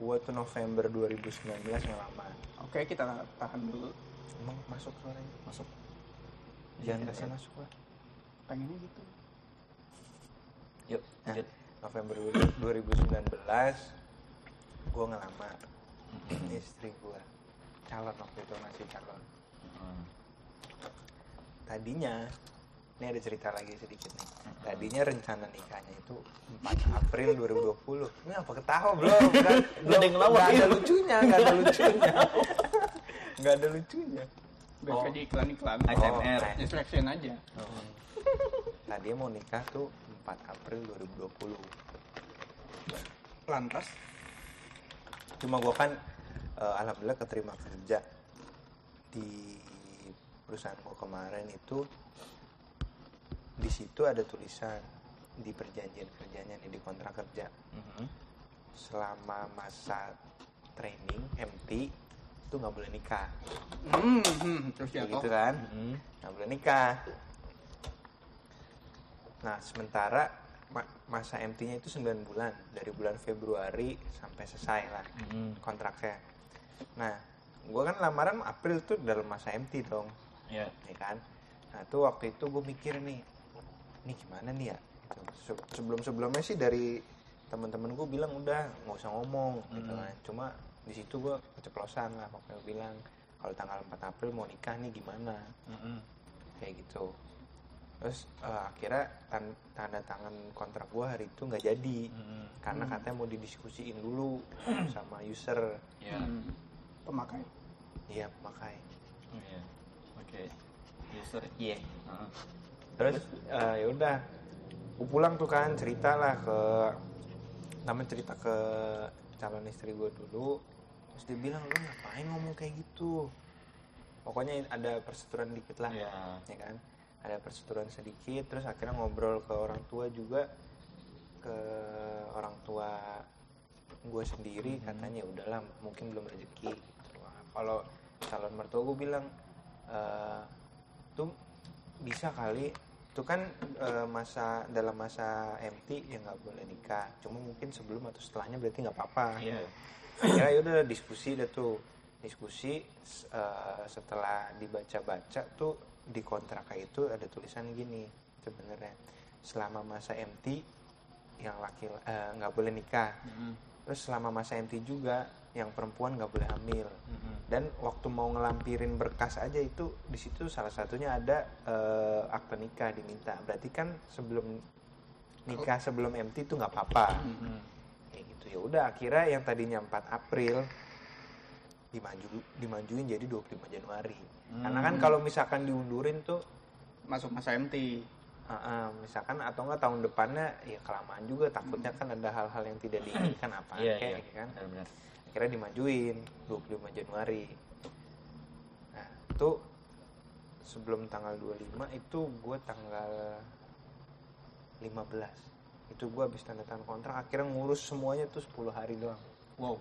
gua tuh November 2019 ngelamar
Oke, kita tahan dulu.
emang masuk suaranya
Masuk.
jangan kasih masuk lah
Pengennya gitu.
Yuk,
Nah,
lanjut.
November 2019 gue ngelamar istri gue calon waktu itu masih calon
Hmm.
tadinya ini ada cerita lagi sedikit nih tadinya rencana nikahnya itu 4 April 2020 ini apa ketawa
*laughs*
belum Nggak-
Nggak ada yang ngelawak,
nggak ada
iya.
lucunya nggak ada lucunya *laughs* nggak ada lucunya
Biasa
Oh.
di iklan-iklan.
ASMR.
Oh.
Distraction aja.
tadinya mau nikah tuh 4 April 2020
Lantas
cuma gue kan eh, alhamdulillah keterima kerja di perusahaan gue kemarin itu di situ ada tulisan di perjanjian kerjanya nih di kontrak kerja
Mhm.
selama masa training MT itu nggak boleh nikah
Hmm, hmm, terus jatuh.
gitu kan
Mhm.
nggak boleh nikah nah sementara ma- masa MT-nya itu 9 bulan dari bulan Februari sampai selesai lah
Mhm.
kontraknya. Nah, gue kan lamaran April tuh dalam masa MT dong,
Ya.
ya kan? Nah, tuh waktu itu gue mikir nih, ini gimana nih ya? Gitu. Se- Sebelum-sebelumnya sih dari teman-teman gue bilang udah nggak usah ngomong, gitu
Mm.
kan. Cuma di di situ gue keceplosan lah pokoknya gua bilang kalau tanggal 4 April mau nikah nih gimana
Mm-hmm.
kayak gitu terus eh, akhirnya tan- tanda tangan kontrak gue hari itu nggak jadi
Mm-hmm.
karena katanya mau didiskusiin dulu sama user
ya
Hmm. pemakai
iya pakai
iya oke user iya Heeh.
terus eh, ya udah gue pulang tuh kan ceritalah ke nama cerita ke calon istri gue dulu terus dia bilang lu ngapain ngomong kayak gitu pokoknya ada perseteruan dikit lah
Iya.
ya kan ada perseteruan sedikit terus akhirnya ngobrol ke orang tua juga ke orang tua gue sendiri katanya "Ya udahlah mungkin belum rezeki gitu lah. kalau calon mertua gue bilang "Eh, tuh bisa kali itu kan eh, masa dalam masa MT ya nggak boleh nikah cuma mungkin sebelum atau setelahnya berarti nggak apa-apa
iya
akhirnya yaudah ya diskusi deh tuh diskusi s- eh, setelah dibaca-baca tuh di kontraknya itu ada tulisan gini sebenarnya selama masa MT yang laki eh, nggak boleh nikah
Mm-hmm.
terus selama masa MT juga yang perempuan nggak boleh hamil
Mm-hmm.
dan waktu mau ngelampirin berkas aja itu di situ salah satunya ada eh, akte nikah diminta berarti kan sebelum nikah sebelum MT itu nggak apa-apa
Hmm.
Mm-hmm.
kayak gitu ya udah akhirnya yang tadinya 4 April dimaju dimajuin jadi 25 Januari karena kan
Hmm.
kalau misalkan diundurin tuh
masuk masa MT
ah, ah, misalkan atau enggak tahun depannya ya kelamaan juga takutnya kan ada hal-hal yang tidak
*clears throat*
diinginkan apa
Hmm. iya iya
kayak gitu kan
benar-benar
akhirnya dimajuin 25 Januari nah itu sebelum tanggal 25 itu gue tanggal 15 itu gue habis tanda tangan kontrak akhirnya ngurus semuanya tuh 10 hari doang
wow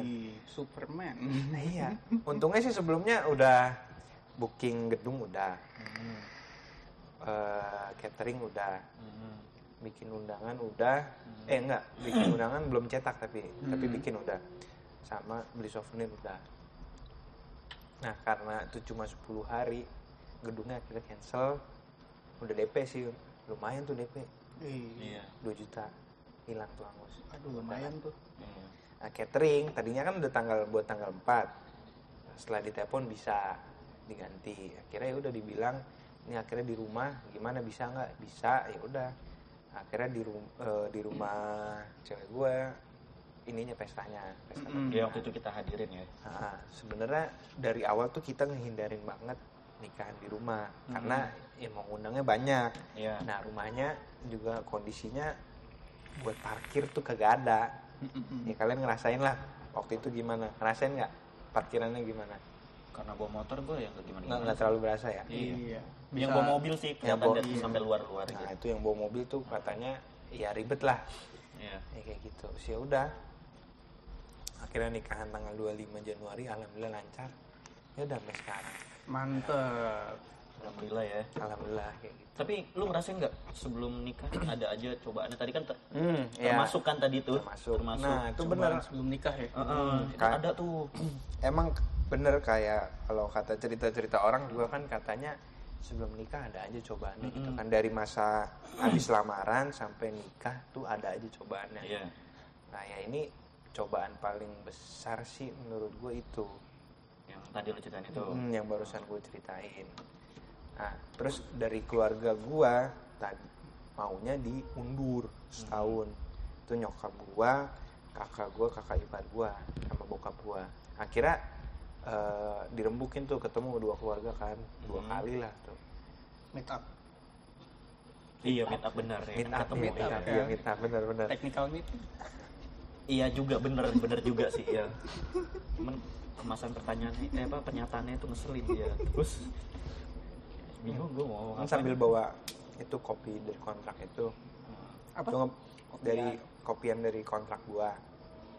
Oi, Oh, iya. *laughs* Superman
Nah, iya. Untungnya sih sebelumnya udah booking gedung udah,
Mm-hmm.
Eh, catering udah,
Mm-hmm.
bikin undangan udah. Eh enggak, bikin undangan belum cetak tapi tapi bikin udah. Sama beli souvenir udah. Nah, karena itu cuma 10 hari, gedungnya akhirnya cancel. Udah DP sih, lumayan tuh DP,
Ih,
iya
2 juta hilang tuh angus.
aduh lumayan tuh
iya
Nah, catering tadinya kan udah tanggal buat tanggal 4 setelah ditelepon bisa diganti akhirnya ya udah dibilang ini akhirnya di rumah gimana bisa nggak bisa ya udah akhirnya di rum- eh, di rumah cewek gue ininya pestanya
Iya,
Mm-mm.
pesta pernikahan.
waktu itu kita hadirin ya
Ah, sebenarnya dari awal tuh kita ngehindarin banget nikahan di rumah karena yang mau ngundangnya banyak
iya
nah rumahnya juga kondisinya buat parkir tuh kagak ada
Iya.
Ya kalian ngerasain lah waktu itu gimana? Ngerasain nggak parkirannya gimana?
karena bawa motor ya, gue yang gimana
Nggak nggak terlalu berasa ya?
iya
iya
yang
Bisa-
bawa mobil sih
Yang
kelihatan
ya, bawa-
dari sampai luar-luar
Nah
gitu
itu yang bawa mobil tuh katanya ya ribet lah
iya
ya kayak gitu. Sih udah akhirnya nikahan tanggal 25 Januari alhamdulillah lancar ya udah sampai sekarang
mantep
alhamdulillah ya
alhamdulillah kayak gitu
tapi lu ngerasain nggak sebelum nikah *clears throat* ada aja cobaannya tadi kan ter-
hmm,
termasuk kan tadi tuh
termasuk. nah itu bener
Cobaan sebelum nikah ya
Heeh,
Hmm,
itu
kan.
ada tuh
emang bener kayak kalau kata cerita-cerita orang juga kan katanya sebelum nikah ada aja cobaannya gitu kan dari masa habis lamaran sampai nikah tuh ada aja cobaannya
iya
Nah ya ini cobaan paling besar sih menurut gue itu
yang tadi lu ceritain itu
Hmm, yang barusan gue ceritain. Nah terus dari keluarga gue tadi maunya diundur setahun. Itu nyokap gue, kakak gue, kakak ipar gue, sama bokap gue. Akhirnya eh, dirembukin tuh ketemu dua keluarga kan dua
Hmm.
kali lah tuh.
meet up
iya meet up bener ya
Meet
kan
up,
ketemu
meet
ya.
up,
ya.
ya, meet up bener-bener.
technical meeting
Iya juga bener bener juga sih ya. Cuman kemasan pertanyaannya eh apa pernyataannya itu ngeselin ya. Terus bingung gue mau ngomong
Kan
apa. gitu?
sambil bawa itu kopi dari kontrak itu.
Apa? ya.
Itu nge- dari kopian dari kontrak gua.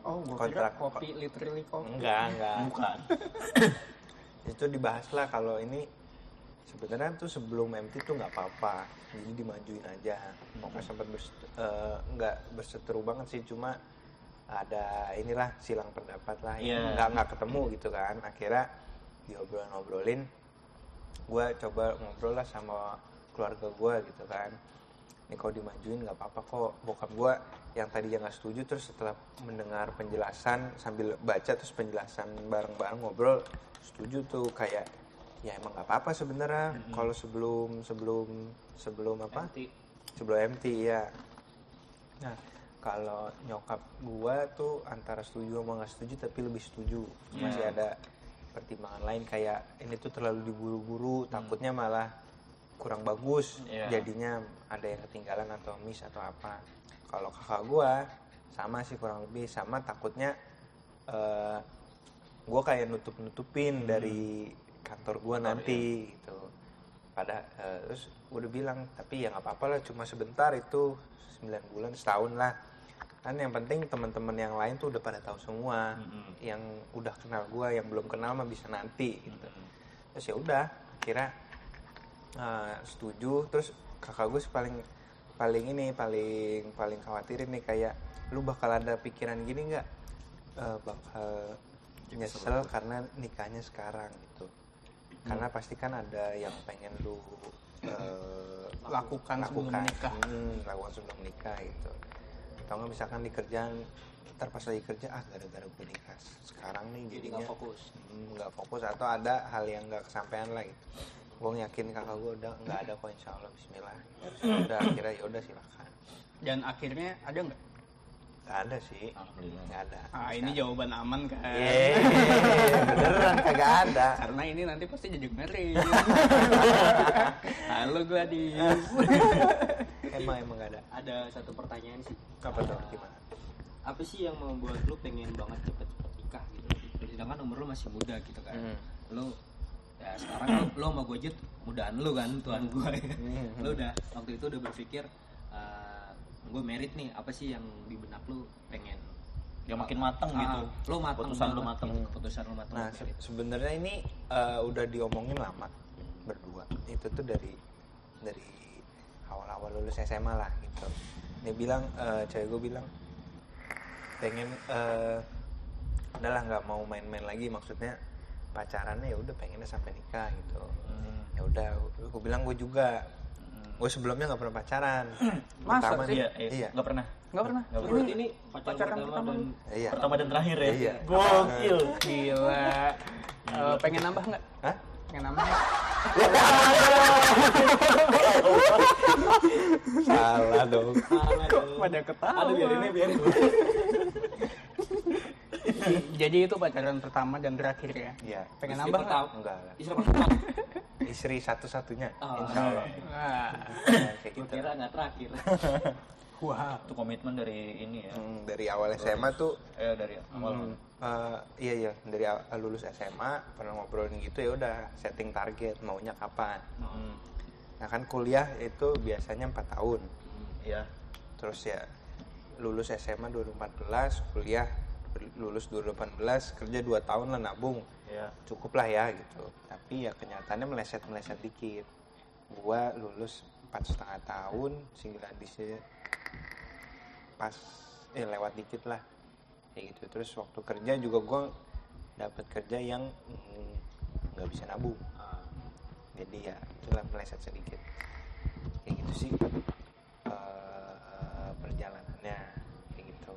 oh gua kira
Kontrak.
kopi literally kopi
Enggak, enggak.
bukan.
Gitu. Itu dibahaslah kalau ini sebenarnya tuh sebelum MT tuh nggak apa-apa. Jadi dimajuin aja. Pokoknya sempat berset- eh, nggak berseteru banget sih cuma ada inilah silang pendapat lah
Iya.
nggak nggak ketemu gitu kan akhirnya diobrol-obrolin gue coba ngobrol lah sama keluarga gue gitu kan ini kalau dimajuin nggak apa-apa kok bokap gua yang tadinya nggak setuju terus setelah mendengar penjelasan sambil baca terus penjelasan bareng-bareng ngobrol setuju tuh kayak ya emang nggak apa-apa sebenarnya kalau sebelum sebelum sebelum apa
Nanti
sebelum MT ya nah kalau nyokap gua tuh antara setuju sama nggak setuju tapi lebih setuju masih ada pertimbangan lain kayak ini tuh terlalu diburu-buru takutnya malah kurang bagus
Iya.
jadinya ada yang ketinggalan atau miss atau apa kalau kakak gua sama sih kurang lebih sama takutnya eh gua kayak nutup-nutupin dari kantor gua nanti gitu pada eh, terus udah bilang tapi ya nggak apa-apa lah cuma sebentar itu 9 bulan setahun lah kan yang penting teman-teman yang lain tuh udah pada tahu semua yang udah kenal gua yang belum kenal mah bisa nanti gitu terus ya udah kira eh, setuju terus kakak gue sih paling paling ini paling paling khawatirin nih kayak lu bakal ada pikiran gini nggak Eh, bakal nyesel karena nikahnya sekarang gitu karena
Hmm.
pasti kan ada yang pengen lu eh,
Lakukan sebelum menikah.
Hmm, lakukan sebelum nikah gitu atau nggak misalkan di kerjaan ntar pas lagi kerja ah gara-gara gue nikah sekarang nih
jadi
Iya.
nggak
jadinya
fokus.
Hmm, nggak fokus atau ada hal yang nggak kesampaian lagi gue yakin kakak gue udah nggak ada kok insya Allah Bismillah udah akhirnya ya udah silakan
Dan akhirnya ada nggak?
nggak ada sih
Alhamdulillah.
nggak ada Iya,
Ah ini jawaban aman kan?
Yeay, iya. beneran kagak ada
*laughs* Karena ini nanti pasti jadi *laughs* dengerin. Halo Gladys.
emang emang nggak ada
Ada satu pertanyaan sih.
apa tuh gimana
Apa sih yang membuat lu pengen banget cepet-cepet nikah gitu? Sedangkan umur lu masih muda gitu kan.
Hmm.
Lu ya sekarang lu, lu sama Gojit mudaan lu kan tuan gua. lu udah waktu itu udah berpikir gue merit nih apa sih yang di benak lu pengen
Yang makin mateng gitu.
Ah, lu mateng
Keputusan lu
banget
mateng.
gitu, keputusan lu mateng
Nah,
buat
se-
merit.
sebenarnya ini eh, udah diomongin lama berdua. Itu tuh dari dari awal-awal lulus SMA lah gitu. Dia bilang eh, cewek gue bilang pengen eh udahlah nggak mau main-main lagi maksudnya pacarannya ya udah pengennya sampai nikah gitu. Ya udah, gue bilang gue juga. Gue sebelumnya nggak pernah pacaran.
Masa
Pertama-
sih?
Iya, iya.
Iya.
Nggak pernah.
Nggak pernah.
Nggak
Ini-
pernah.
ini pacaran,
Pacaran
pertama
pertama
dan
lu.
Iya.
Pertama dan terakhir ya.
Iya.
Gokil.
Iya.
Gila. Eh, pengen nambah nggak?
Hah?
Pengen nambah? nggak?
Salah dong.
Salah dong.
Pada ketawa.
Aduh, biarin deh, biarin.
*laughs* Jadi itu pacaran pertama dan terakhir ya.
Iya.
Pengen
Istri
nambah nggak?
pertama.
Enggak lah.
Istri pertama.
*laughs* Istri satu-satunya.
Oh.
Insya Allah.
Wah.
Kayak
Gua
gitu.
kira nggak terakhir.
Wow.
Itu komitmen dari ini ya.
Hmm, dari awal SMA tuh
Eh dari awal.
eh, iya iya dari aw- lulus SMA pernah ngobrolin gitu ya udah setting target maunya kapan
Hmm.
nah kan kuliah itu biasanya empat tahun
Iya.
terus ya lulus SMA 2014 kuliah ber- lulus 2018 kerja 2 tahun lah nabung
Iya.
cukup lah ya gitu tapi ya kenyataannya meleset meleset dikit gua lulus empat setengah tahun singgilan di sini pas eh lewat dikit lah kayak gitu terus waktu kerja juga gua dapat kerja yang mm, nggak bisa nabung jadi ya itulah meleset sedikit kayak gitu sih eh, perjalanannya kayak gitu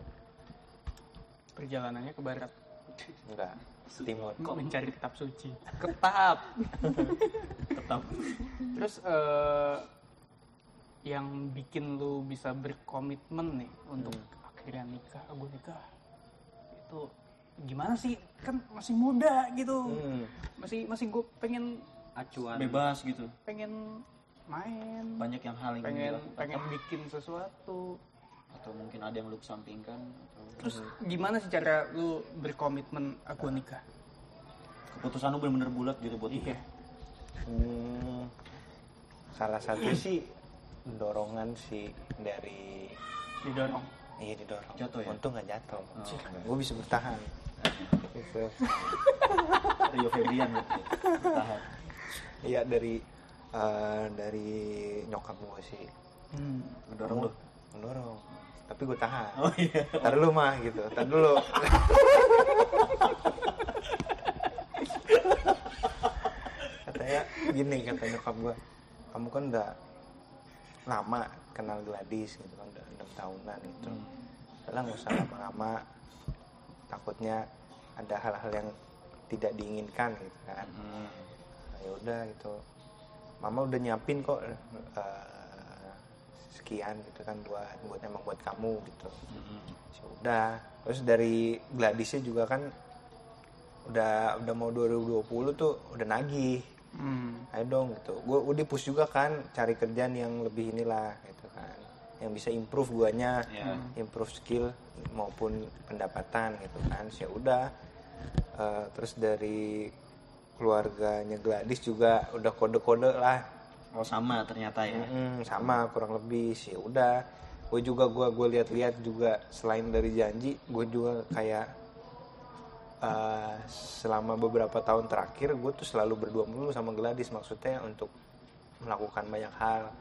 Perjalanannya ke barat.
enggak timur
Kok mencari kitab suci? Ketap.
Tetap.
Terus eh, yang bikin lu bisa berkomitmen nih untuk
Hmm.
akhirnya nikah, "Ah, gua nikah itu gimana sih? Kan masih muda gitu,
Hmm.
masih masih gue pengen
Acuan.
Bebas gitu.
pengen main,
Banyak yang hal yang
pengen
dilakukan.
pengen bikin sesuatu.
atau mungkin ada yang lu kesampingkan atau
Terus gimana sih cara lu berkomitmen aku nikah?
keputusan lu bener-bener bulat gitu buat itu.
Iya.
Hmm, salah satu sih dorongan sih dari
Didorong.
iya didorong.
Jatuh ya?
Untung nggak jatuh. Gue bisa bertahan. Gitu.
*laughs* Rio Febrian gitu. Tahan.
Iya dari eh, dari nyokap gue sih.
Hmm.
Ngedorong lu.
Mendorong. Tapi gue tahan.
Oh iya.
Ntar dulu mah gitu. Ntar dulu. katanya gini kata nyokap gue. Kamu kan udah lama kenal Gladys gitu kan udah enam tahunan gitu
Hmm.
Udahlah nggak usah lama-lama takutnya ada hal-hal yang tidak diinginkan gitu kan
Hmm.
Nah, ya udah gitu mama udah nyiapin kok eh, sekian gitu kan buat buat emang buat kamu gitu
Hmm.
Ya udah terus dari Gladysnya juga kan udah udah mau 2020 tuh udah nagih
Hmm.
ayo dong gitu gue udah push juga kan cari kerjaan yang lebih inilah gitu kan yang bisa improve guanya improve skill maupun pendapatan gitu kan sih udah Eh, terus dari keluarganya Gladys juga udah kode-kode lah
Oh sama ternyata ya.
Mm, sama kurang lebih sih udah gue juga gue gue lihat-lihat juga selain dari janji gue juga kayak eh, selama beberapa tahun terakhir gue tuh selalu berdua mulu sama Gladys maksudnya untuk melakukan banyak hal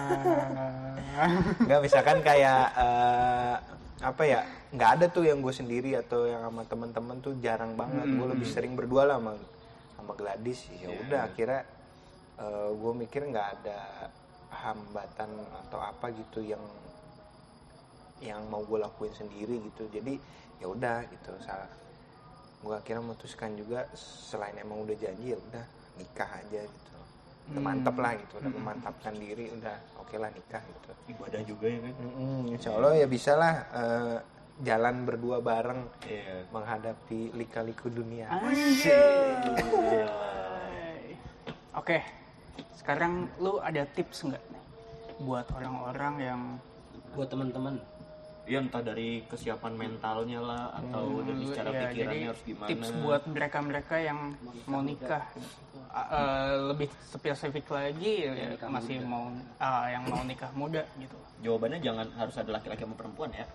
Wah.
nggak misalkan kayak eh, apa ya nggak ada tuh yang gue sendiri atau yang sama temen-temen tuh jarang banget gue lebih sering berdua lah sama sama Gladys ya udah akhirnya gue mikir nggak ada hambatan atau apa gitu yang yang mau gue lakuin sendiri gitu jadi ya udah gitu salah gue akhirnya memutuskan juga selain emang udah janji ya udah nikah aja gitu udah mantep lah gitu udah memantapkan diri udah oke lah nikah gitu
ibadah juga ya kan
Mm-mm, insya Allah ya bisa lah eh, jalan berdua bareng
iya
menghadapi lika-liku dunia.
Ah. Anjay. Oke, sekarang lu ada tips nggak nih buat orang-orang yang
Buat teman-teman.
ya entah dari kesiapan mentalnya lah atau dari
Iya,
secara pikirannya harus gimana
tips buat mereka-mereka yang mau nikah A- eh, lebih spesifik lagi ya,
nikah
masih
muda.
mau ah, yang mau nikah muda gitu
jawabannya jangan harus ada laki-laki sama perempuan ya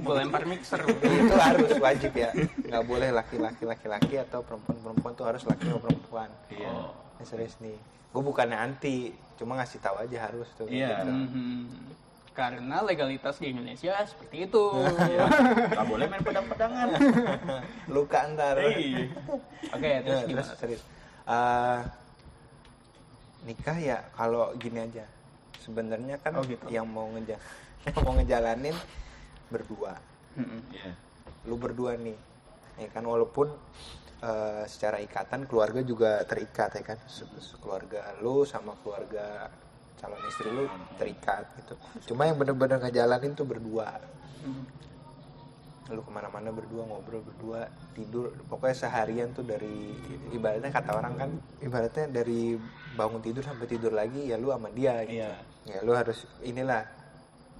gue lempar mixer
Itu harus wajib ya, nggak boleh laki-laki laki-laki atau perempuan-perempuan tuh harus laki sama perempuan.
iya
Ini serius nih, gue bukannya anti, cuma ngasih tahu aja harus tuh. gitu.
Iya.
Mhm. karena legalitas di Indonesia seperti itu
Iya. nggak boleh main
*laughs*
pedang-pedangan
Luka ntar.
Hey.
oke terus
Ya, terus
gimana
serius. Eh, nikah ya kalau gini aja, sebenarnya kan yang mau ngeja, *laughs* yang mau ngejalanin berdua.
iya
lu berdua nih ya kan walaupun eh, secara ikatan keluarga juga terikat ya kan Se- se- keluarga lu sama keluarga calon istri lu terikat gitu cuma yang bener-bener ngejalanin tuh berdua lu kemana-mana berdua ngobrol berdua tidur pokoknya seharian tuh dari ibaratnya kata orang kan ibaratnya dari bangun tidur sampai tidur lagi ya lu sama dia gitu
Iya.
ya lu harus inilah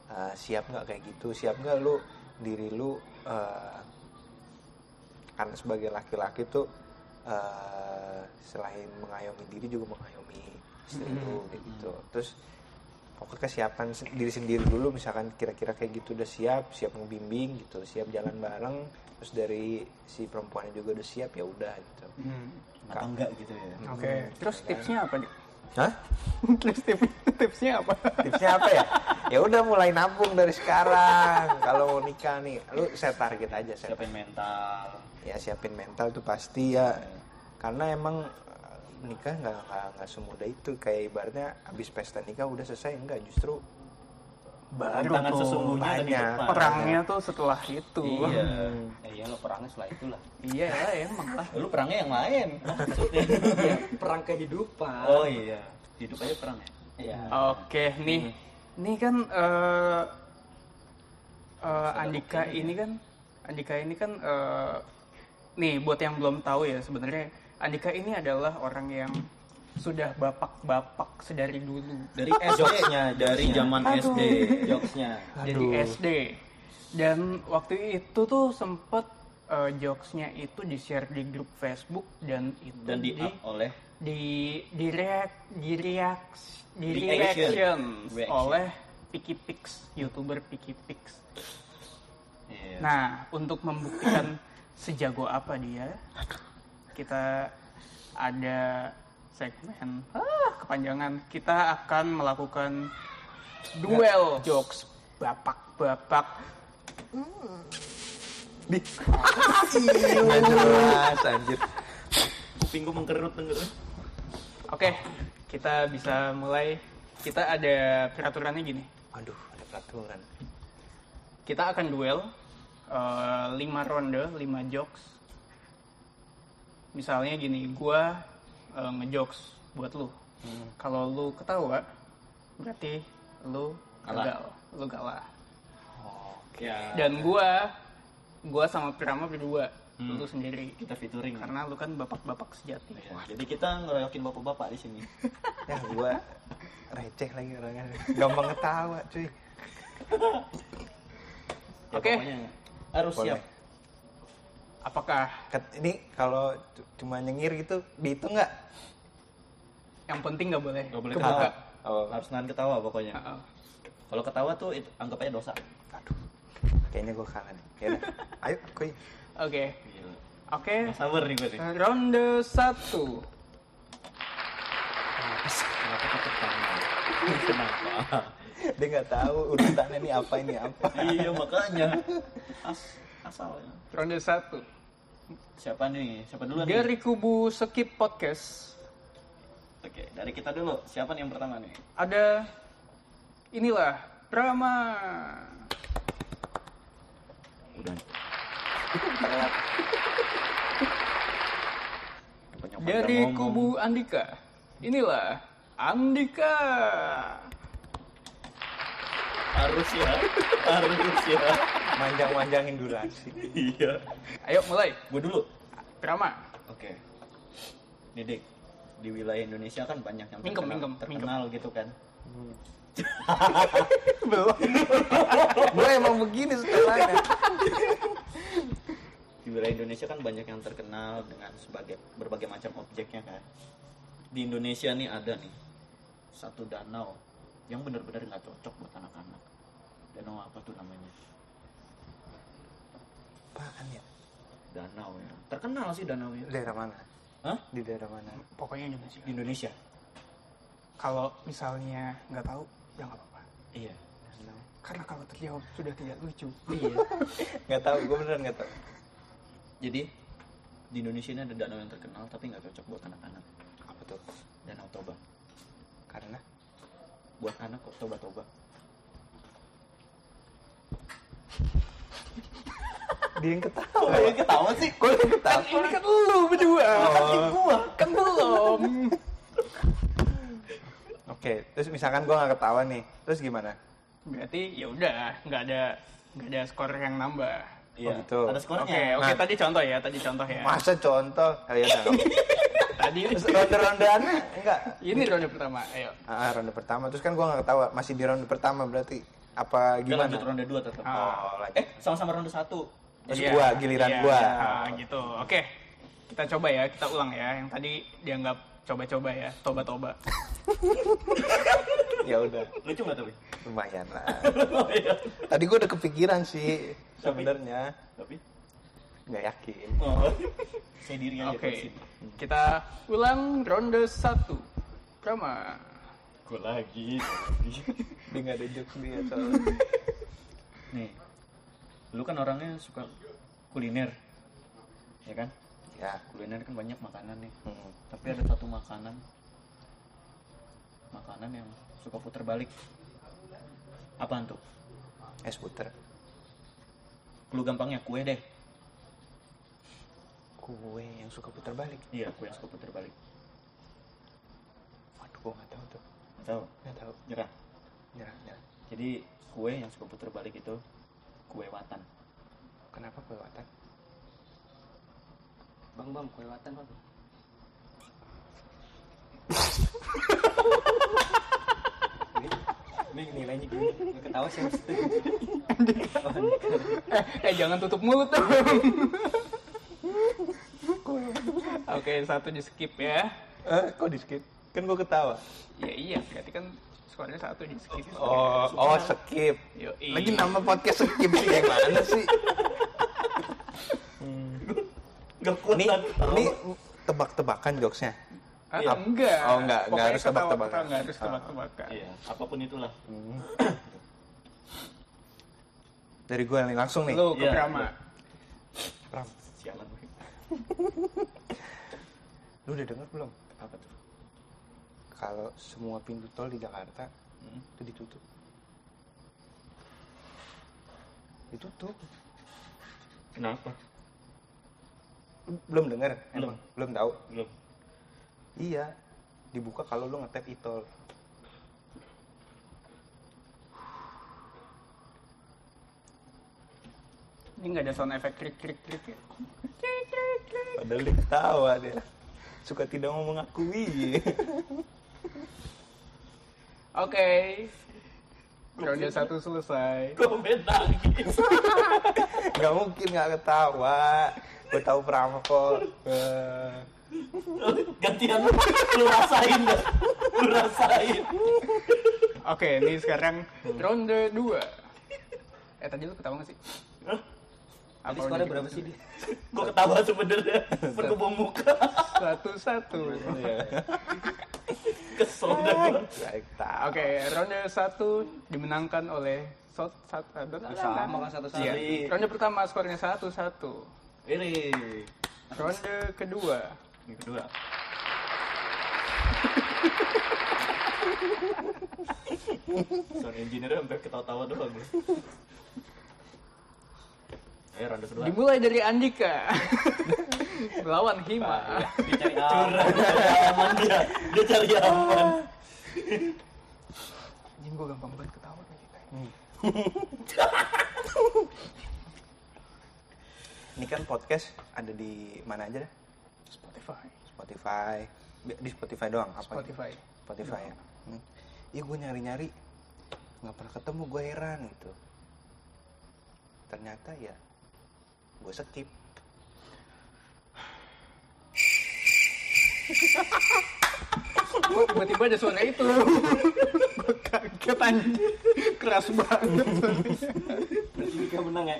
uh, siap nggak kayak gitu siap nggak lu diri lu uh, kan sebagai laki-laki tuh uh, selain mengayomi diri juga mengayomi istri lu kayak gitu terus pokoknya kesiapan se- diri sendiri dulu misalkan kira-kira kayak gitu udah siap siap ngebimbing gitu siap jalan bareng terus dari si perempuannya juga udah siap ya udah gitu
Mhm.
atau enggak gitu ya
oke terus tipsnya apa nih *laughs*
Hah?
terus tip- tipsnya apa
tipsnya apa ya ya udah mulai nabung dari sekarang kalau mau nikah nih lu set target aja set
siapin mental
ya siapin mental tuh pasti ya karena emang eh, nikah nggak nggak- nggak semudah itu kayak ibaratnya abis pesta nikah udah selesai enggak justru
baru
tantangan
tuh
sesungguhnya ada di
banyak.
depan
perangnya Hmm. tuh setelah itu
iya
Ya iyalah perangnya setelah itulah.
iya emang lah
Eh, lu perangnya yang lain maksudnya
Iya,
ya, perang kehidupan.
oh iya hidup aja perang ya
Iya.
Oke, nih,
Hmm.
nih kan eh eh, Andika ini kan, Andika ini kan, eh, nih buat yang belum tahu ya sebenarnya Andika ini adalah orang yang sudah bapak-bapak sedari dulu,
dari Iya. SD-nya dari zaman SD
Jokesnya.
*laughs*
jadi SD. Dan waktu itu tuh sempet eh, jokesnya itu di share di grup Facebook dan itu
dan di up oleh
di di reak di reaks di
Di
reaction
action.
oleh Pikipix youtuber Pikipix.
iya
Nah untuk membuktikan sejago apa dia, kita ada segmen ah, kepanjangan kita akan melakukan duel jokes bapak-bapak.
nggak jelas anjir
kuping gua mengkerut denger
Oke, kita bisa mulai kita ada peraturannya gini
Aduh, ada peraturan.
kita akan duel 5 ronde 5 jokes misalnya gini gua eh, ngejokes buat lu
Hmm.
kalau lu ketawa berarti lu
Kalah.
gagal lu kalah
ya
dan gua gua sama Pirama berdua
Hmm.
lu sendiri
Kita featuring.
karena lu kan bapak-bapak sejati
Ya, jadi kita ngeroyokin bapak-bapak di sini.
Ya gua receh lagi orangnya. Gampang ketawa, cuy.
Ya,
Oke.
pokoknya harus
Boleh.
siap.
apakah
Ket- Ini kalau c- cuma nyengir gitu dihitung nggak?
yang penting nggak boleh
Nggak boleh
kebuka
Ketawa. Harus nahan ketawa pokoknya.
Heeh.
Kalau ketawa tuh itu, anggap aja dosa.
Aduh. Kayaknya gua kalah nih. Ya
*laughs*
udah. Ayo, kuy.
oke oke
Nggak Sabar nih gue nih.
ronde satu
kenapa tetap tangan kenapa
Dia nggak tahu urutannya ini apa ini apa.
iya makanya. As, asal ya.
ronde satu
Siapa nih? Siapa dulu nih?
dari kubu skip podcast
Oke, dari kita dulu. Siapa nih yang pertama nih?
ada inilah drama
Udah.
dari kubu Andika inilah Andika
harus ya, harus ya.
Manjang-manjangin durasi.
iya.
ayo mulai
Gue dulu.
drama
Oke. Didik, di wilayah Indonesia kan banyak yang
Mingkem,
terkenal,
mingkem,
terkenal gitu kan.
Belum. gua emang begini setelahnya.
Di wilayah Indonesia kan banyak yang terkenal dengan sebagai berbagai macam objeknya kan. Di Indonesia nih ada nih satu danau yang benar-benar nggak cocok buat anak-anak. Danau apa tuh namanya?
Apaan ya?
Danau ya. Terkenal sih danau ya.
Daerah mana?
Hah?
Di daerah mana?
pokoknya Indonesia
Di Indonesia.
kalau misalnya nggak tahu ya nggak apa-apa
Iya.
karena kalau terjawab sudah tidak lucu
Iya.
Nggak tahu, gua beneran nggak tahu.
Jadi di Indonesia ini ada danau yang terkenal tapi nggak cocok buat anak-anak.
Apa tuh?
Danau Toba.
Karena
Buat anak kok Toba-Toba.
dia yang ketawa.
ketawa sih?
Gua yang
kan
ketawa.
*laughs* ini kan lu berdua
Gua.
kan belum
Oke, terus misalkan gua nggak ketawa nih, terus gimana?
berarti ya udah nggak ada nggak ada skor yang nambah
Iya.
Oh, gitu.
Ada
oke
skornya.
oke
Nah.
tadi contoh ya tadi contoh ya
Masa contoh? Oh, ya udah, nggak
tadi
apa-apa. Ronde-rondean enggak?
ini ronde pertama ayo
Ah, ronde pertama. Terus kan gua nggak ketawa, masih di ronde pertama berarti apa
Kita
gimana?
lanjut ronde 2 tetap.
Ah.
Oh, lagi.
Eh, sama-sama ronde 1.
Terus gua, giliran *laughs* gua.
Iya, ah, gitu oke kita coba ya kita ulang ya yang tadi dianggap coba-coba ya toba-toba
Ya udah,
Lucu nggak tapi?
lumayan lah.
Iya.
Tadi gua udah kepikiran sih sebenarnya.
tapi
Nggak yakin.
oh. saya diri
Iya,
aja
oke
di sini.
kita ulang ronde satu drama
Gua lagi.
Dia nggak ada jokes dia soalnya.
Nih. Lu kan orangnya suka kuliner. Ya kan?
*laughs* Ya.
Kuliner kan banyak makanan nih.
Hmm.
tapi ada satu makanan makanan yang suka puter balik apaan tuh
Es puter.
lu gampangnya kue deh
Kue yang suka puter balik.
iya kue yang suka puter balik
Waduh, gua nggak tahu tuh.
Nggak tahu
Nggak tahu.
nyerah
Nyerah, nyerah.
jadi kue yang suka puter balik itu kue watan
Kenapa kue watak?
bang bang kelewatan bang
Ini nilainya gini.
nggak ketawa sih maksudnya.
*laughs* eh jangan tutup mulut dong. *laughs* Oke, satu di skip ya.
Eh, kok di skip? Kan gua ketawa.
Ya iya, berarti kan skornya satu di skip.
Oh, oh skip.
Yoi.
Lagi nama podcast skip sih yang mana *laughs* sih?
gak kuat
Ini, ini tebak-tebakan jokesnya.
Ah,
Iya.
enggak.
Oh, enggak. Enggak
Pokoknya
harus
ketawa-ketawa,
tebak-tebakan. Ah,
Enggak harus tebak-tebakan.
iya apapun itulah
Dari gue nih langsung nih.
Lu ke
Iya.
drama.
Ram,
sialan gue.
lu udah denger belum?
apa tuh
kalau semua pintu tol di Jakarta
Hmm.
itu ditutup ditutup
Kenapa?
belum dengar
Belum.
emang belum tahu
Belum.
iya dibuka kalau lu ngetap itol
Ini nggak ada sound effect krik krik krik. ya?
padahal dia ketawa dia suka tidak mau *laughs* mengakui
Oke. Periode satu selesai.
Komen nangis.
nggak mungkin nggak ketawa gue tahu perampok Eh,
Gantian lu, lu rasain dah. Lu rasain.
Oke, ini sekarang ronde dua. Eh tadi lu ketawa nggak sih? Apa
Tadi skornya
udah
berapa
gitu?
sih dia?
Gue ketawa sebenernya. Berkebung muka.
Satu satu.
iya.
Kesel
Eh.
dah gue.
nggak ketawa
Oke, ronde satu dimenangkan oleh Shot satu.
Sama kan satu satu.
Iya. Ronde pertama skornya satu satu.
Ini.
Ronde kedua
Yang kedua. Sound engineer sampai ketawa-tawa doang gue. Ayo ronde kedua.
dimulai dari Andika *laughs* melawan Hima. Iya.
Dia cari
Curang, dia cari aman dia. Dia cari aman.
Anjing gue gampang banget ketawa kayak kita.
ini kan podcast ada di mana aja dah
Spotify.
Spotify di Spotify doang apa
Spotify.
Spotify ya hmm. iya gue nyari nyari nggak pernah ketemu gue heran gitu ternyata ya gue skip
Gua tiba-tiba ada suara *laughs* itu. gue kaget anjing. Keras banget.
Dia menang ya.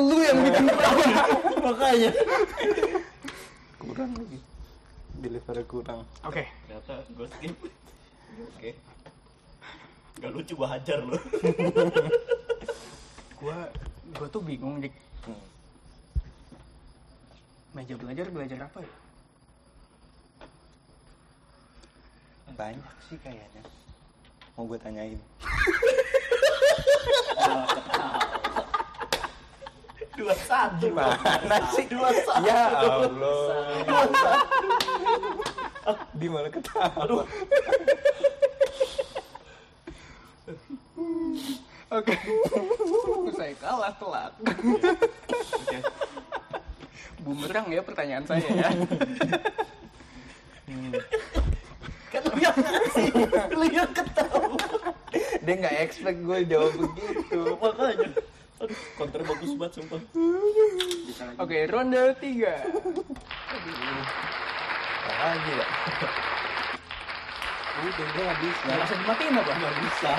Lu yang bikin ketawa.
Makanya.
kurang lagi deliver kurang
Oke.
Ternyata gue skip. Oke. Gak lucu gue hajar lo.
Gue gue tuh bingung di
Hmm.
meja belajar belajar apa ya?
banyak sih kayaknya mau gue tanyain
Dua satu.
Gimana sih?
Dua satu.
Ya Allah. Di mana ketawa?
Oke. saya kalah telak. Bumerang ya pertanyaan saya ya.
Hmm. Kan lu yang ngasih. Lu yang ketawa.
Dia nggak expect gue jawab begitu.
Makanya. Aduh, counter bagus banget sumpah.
Oke, ronde tiga.
Lagi ya. Udah gue nggak bisa.
Gak bisa dimatiin apa? Gak bisa.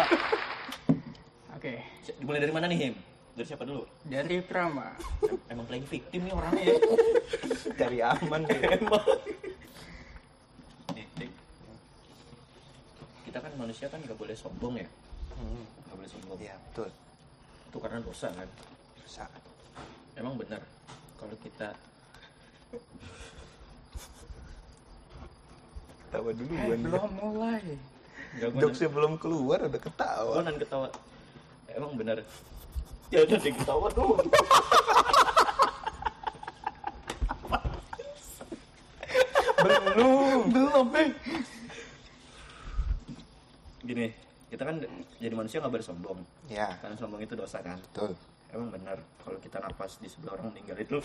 Oke,
Si- Dimulai dari mana nih, Him? Dari siapa dulu?
dari Prama.
Em- Emang playing victim nih orangnya ya.
Cari aman deh.
Emang. Nih, Dik. Kita kan manusia kan gak boleh sombong ya.
*laughs* Hmm,
Gak boleh sombong.
Iya betul.
Itu karena dosa kan.
Susah.
Emang benar kalau kita
Ketawa dulu
Eh,
gue
belum mulai.
Gak gua
Jokesnya belum keluar udah ketawa.
Gua nan Oh, ketawa. Emang bener. Ya udah deh ketawa dong.
Belum.
Belum, eh.
Gini, kita kan jadi manusia nggak boleh sombong.
Ya
Karena sombong itu dosa kan.
betul.
Emang benar kalau kita napas di sebelah orang meninggal itu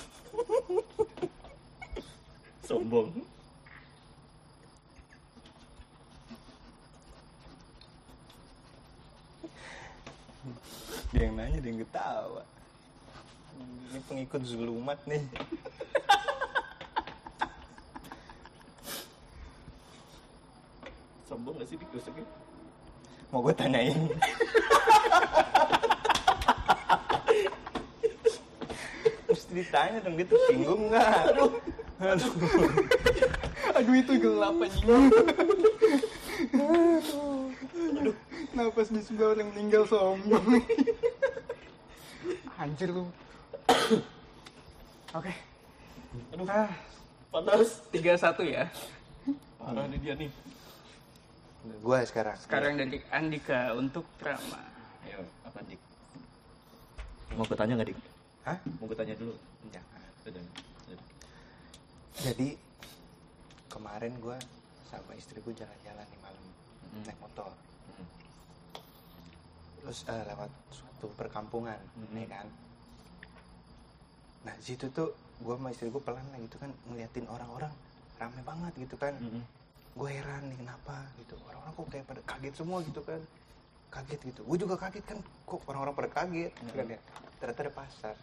sombong.
Dia yang nanya dia yang ketawa. Ini pengikut zulumat nih.
Sombong gak sih digosoknya?
Mau gue tanyain. *laughs* Mesti ditanya dong dia tersinggung nggak? Aduh.
Aduh, itu gelap anjing. Aduh, napas di sebelah orang meninggal sombong. Anjir lu. Oke.
Aduh.
Ah,
Panas.
tiga satu ya.
Parah nih Ah, dia nih.
Gue sekarang.
Sekarang dari Andika untuk drama.
Ayo, apa Dik? Mau gue tanya nggak Dik?
Hah?
Mau gue tanya dulu?
Jangan.
Udah. udah.
Iya. Jadi kemarin gue sama istri gue jalan-jalan di malam naik motor.
Mhm.
Terus eh, lewat suatu perkampungan,
Mhm.
ya kan. Nah di situ tuh gue sama istri gue pelan lah gitu kan ngeliatin orang-orang rame banget gitu kan.
Mhm.
Gue heran nih kenapa gitu. Orang-orang kok kayak pada kaget semua gitu kan. Kaget gitu. Gue juga kaget kan kok orang-orang pada kaget gitu kan ya. Ternyata ada pasar.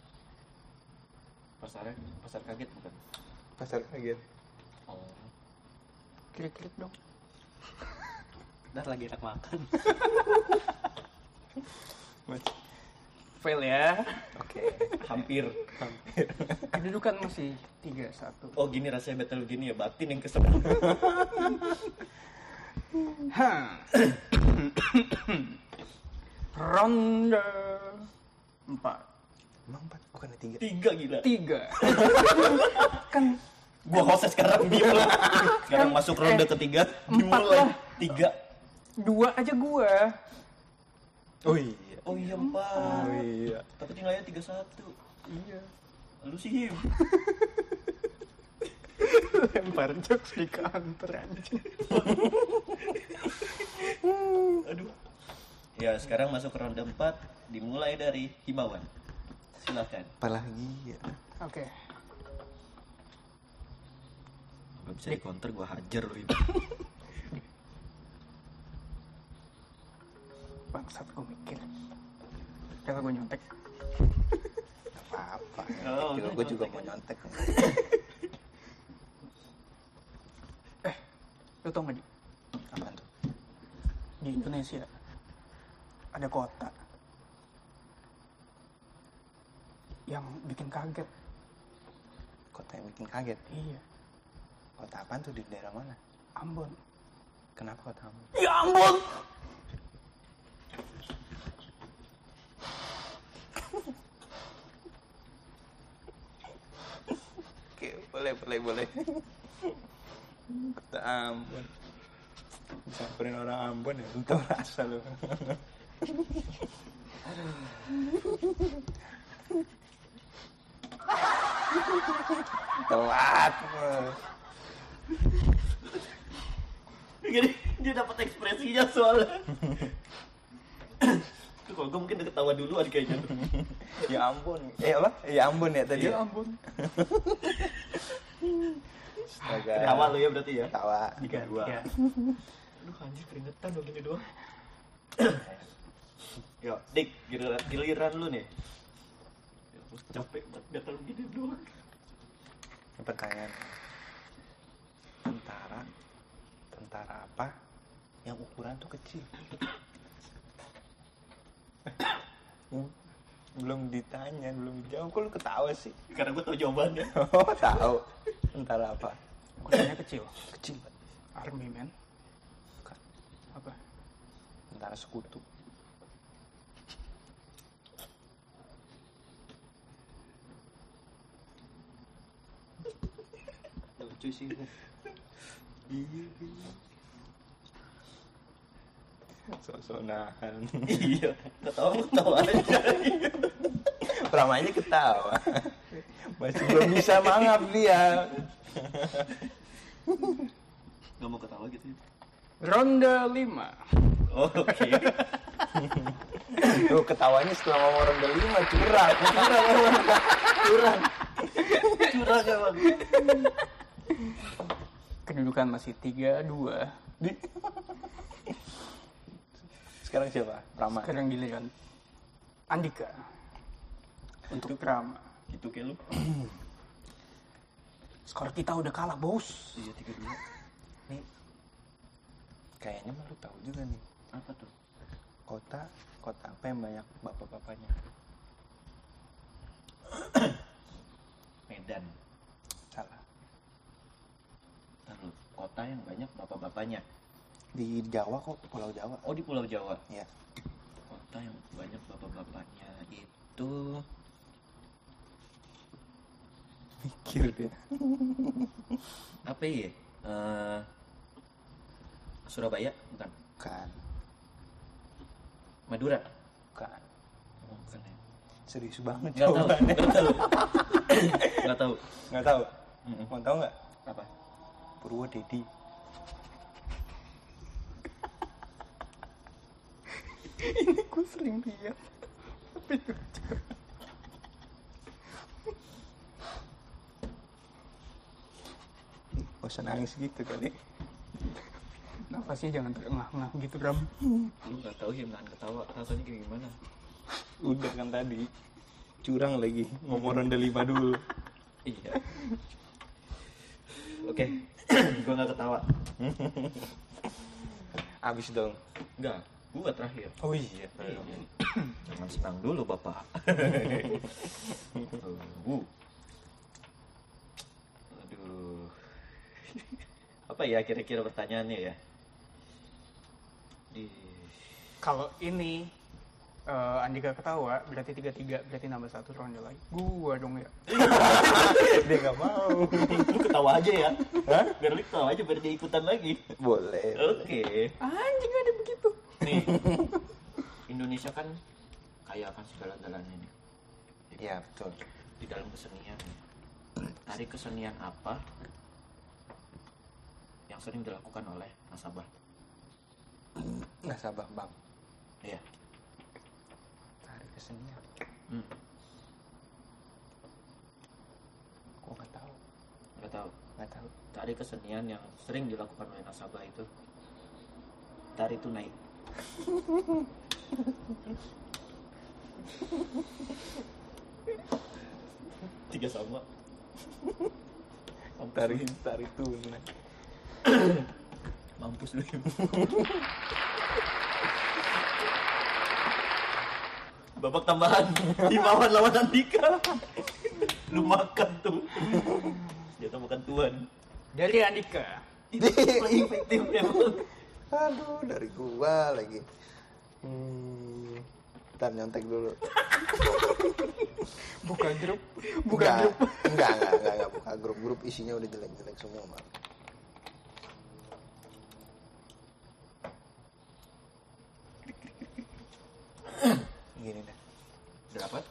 Pasarnya, pasar kaget bukan?
Pasar kaget.
Oh.
Klik-klik dong.
Dar lagi enak makan.
Fail ya.
Oke.
*laughs* Hampir.
Kedudukan kan masih 3-1.
Oh gini rasanya battle gini ya, batin yang keserang. *laughs*
Ha. Ronde 4.
Emang empat bukan ada tiga.
Tiga gila.
3. kan
Gua hostnya sekarang *laughs* dia lah. Sekarang masuk ronde
eh,
ketiga.
empat
Dimulai.
lah.
Tiga.
dua aja gua.
Oh iya.
Oh iya empat.
iya.
Tapi tinggalnya tiga satu.
Iya.
Lu sih Him.
Lempar jokes di kantor anjing.
Aduh. Ya sekarang masuk ke ronde empat. Dimulai dari himbauan. Silakan.
Apalagi ya.
Oke.
Gak bisa di counter gue hajar lu Him.
Bangsat gua mikir. Kata gua nyontek.
apa-apa.
Oh,
Juga
udah
gue juga
nyontek.
mau nyontek.
Lu tau gak di?
Apaan tuh?
Di Indonesia ada kota yang bikin kaget.
Kota yang bikin kaget.
Iya,
Kota apaan tuh di daerah mana?
Ambon.
Kenapa kota kamu?
Ya Ambon.
Oke, boleh, boleh, boleh. Kota Ambon. Disamperin orang Ambon ya, lu tau rasa lu. Telat. bos.
Jadi dia dapat ekspresinya soalnya. Tuh, Kalau gue mungkin udah ketawa duluan kayaknya.
Ya ampun. Eh apa? Ya Ambon ya tadi.
Ya Ambon.
Astaga.
Ketawa lu ya berarti ya.
Tawa.
Tiga dua.
Iya.
Aduh anjir keringetan dong gini doang. Yo, Dik, giliran, giliran lu nih. Ya, aku capek banget battle gini doang.
Ini pertanyaan tentara tentara apa yang ukuran tuh kecil Hmm, belum ditanya belum dijawab kok lu ketawa sih
Karena gue tau jawabannya.
*laughs* oh tahu tentara apa
Kotanya kecil.
kecil banget.
Army man.
Bukan.
Apa?
tentara sekutu
Lucu sih.
sok-sok nahan *laughs*
iya, ketawa ketawa aja.
ramanya ketawa masih belum bisa mangap *laughs* dia
Gak mau ketawa gitu. ya?
Ronde 5.
Oh, Oke.
Lu ketawanya setelah ngomong ronde lima curang, curang emang. curang.
Curang emang.
Kedudukan masih 3-2.
Di- Sekarang siapa? Rama.
Sekarang giliran Andika untuk drama.
Gitu kayak lu.
Skor kita udah kalah, Bos. *laughs*
Iya, tiga dua.
Nih, kayaknya mah lu tahu juga nih.
Apa tuh?
Kota, kota apa yang banyak bapak-bapaknya?
Medan.
Salah.
Terus kota yang banyak bapak-bapaknya.
Di Jawa kok, Pulau Jawa.
Oh di Pulau Jawa.
Iya.
Kota yang banyak bapak-bapaknya itu
Mikir dia.
apa ya? Eh, Surabaya bukan
bukan
Madura
bukan
oh, bukan ya
serius banget
nggak tahu
jawabannya.
nggak tahu nggak
*laughs*
tahu
nggak tahu
Mm-mm.
mau tahu nggak
apa
Purwodadi
Gue sering lihat.
gak usah nangis gitu kali
Nafasnya jangan terengah-engah gitu, Ram.
lu nggak tahu ya nahan ketawa rasanya kayak gimana
udah kan tadi curang lagi ngomong ronde lima dulu *laughs*
iya oke *clears throat* gua nggak ketawa
abis dong
nggak gua terakhir
oh iya
jangan senang dulu bapak Tunggu. aduh apa ya kira-kira pertanyaannya ya di
Kalau ini eh Andika ketawa, berarti 33, berarti nambah satu ronde lagi. Gua dong ya.
dia nggak mau
lu ketawa aja ya
Hah?
biar lu ketawa aja biar dia ikutan lagi
boleh
oke
Anjing ada begitu.
nih Indonesia kan kaya akan segala-galanya nih
iya betul
di dalam kesenian tari kesenian apa yang sering dilakukan oleh nasabah
nggak sabar bang
iya
tarik kesenian
hmm.
gua nggak tahu
nggak tahu
nggak tahu
tari kesenian yang sering dilakukan oleh nasabah itu tari tunai tiga sama Mampus
tarik
lu.
tarik tunai
mampus lu babak tambahan Himawan lawan Andika lu makan tuh jatuh makan tuan
Dari Andika.
itu paling efektif ya. emang
aduh dari gua lagi hmm. Ntar nyontek dulu
Buka grup. *laughs* Buka
Nggak, *laughs*
grup.
Nggak, nggak, nggak, nggak buka grup Grup isinya udah jelek-jelek semua Bang. *coughs* Gini dah
dapat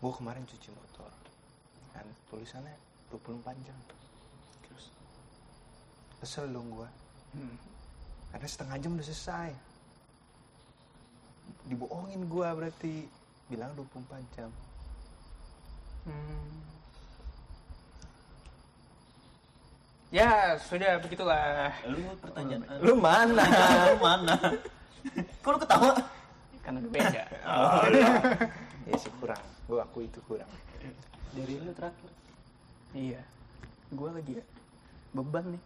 Gue kemarin cuci motor Dan tulisannya 24 jam Terus Kesel dong gue
Hmm.
Karena setengah jam udah selesai Dibohongin gue berarti Bilang 24 jam
Hmm. Ya, sudah begitulah.
lu pertanyaan lu
Lu mana?
mana kok lu ketawa
Karena udah beda.
ya sih kurang Gue aku itu kurang
dari lu terakhir
*laughs* iya. Gua lagi ya. beban nih.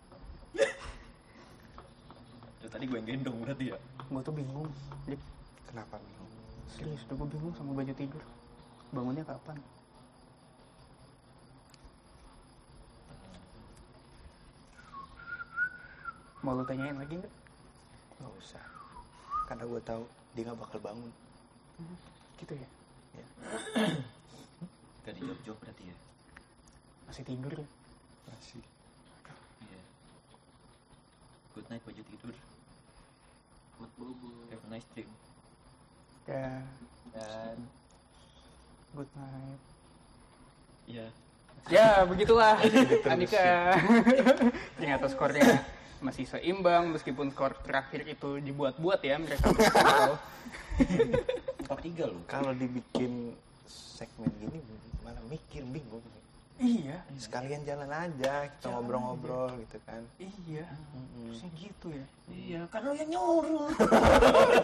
tadi gue yang gendong berarti ya
Gua tuh bingung. Dik.
Kenapa bingung?
Serius, udah gue bingung sama baju tidur. Bangunnya kapan? Mau lu tanyain lagi nggak?
Gak usah. Karena gue tahu dia gak bakal bangun.
Gitu ya?
gak dijawab jawab berarti ya
Masih tidur ya?
Masih.
iya good night baju tidur
Mat bobo.
have a nice dream
Ya,
Dan
good night.
iya
Ya, begitulah *laughs* Andika. Ternyata ya. skornya masih seimbang meskipun skor terakhir itu dibuat-buat ya *laughs* mereka.
empat tiga lu
Kalau dibikin segmen gini malah mikir bingung.
iya,
Sekalian jalan aja kita ngobrol-ngobrol gitu kan.
iya. Terusnya gitu ya.
iya kan lu yang nyuruh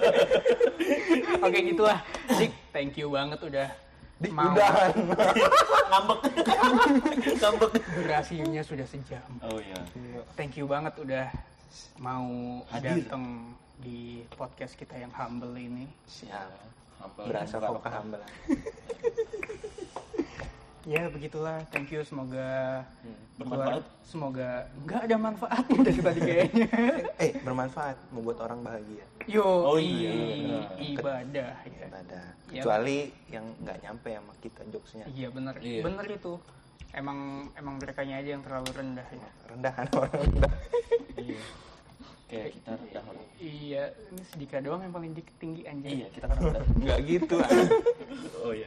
*laughs* Oke, gitulah. Dik, thank you banget udah
Di
mau.
udahan.
ngambek ngambek
durasinya sudah sejam.
oh iya
Thank you banget udah mau datang di podcast kita yang humble ini.
Siap.
Humble.
Berasa kok kehambalan.
Ya begitulah. Thank you. Semoga
Bermanfaat.
Semoga nggak ada manfaatnya dari tadi kayaknya.
Eh bermanfaat membuat orang bahagia.
*laughs* Yo,
Oh iya,
i-
benar.
ibadah. Ya.
Ibadah.
Iya.
Kecuali yang nggak nyampe sama kita jokesnya.
Iya benar,
Iya.
benar itu.
*laughs*
Emang emang mereka aja yang terlalu rendah ya.
Rendahan orang rendah.
kayak kita rendah lah
Iya, ini sedikit doang yang paling dik- tinggi anjing.
iya kita kan rendah
nggak gitu ah.
*laughs* oh iya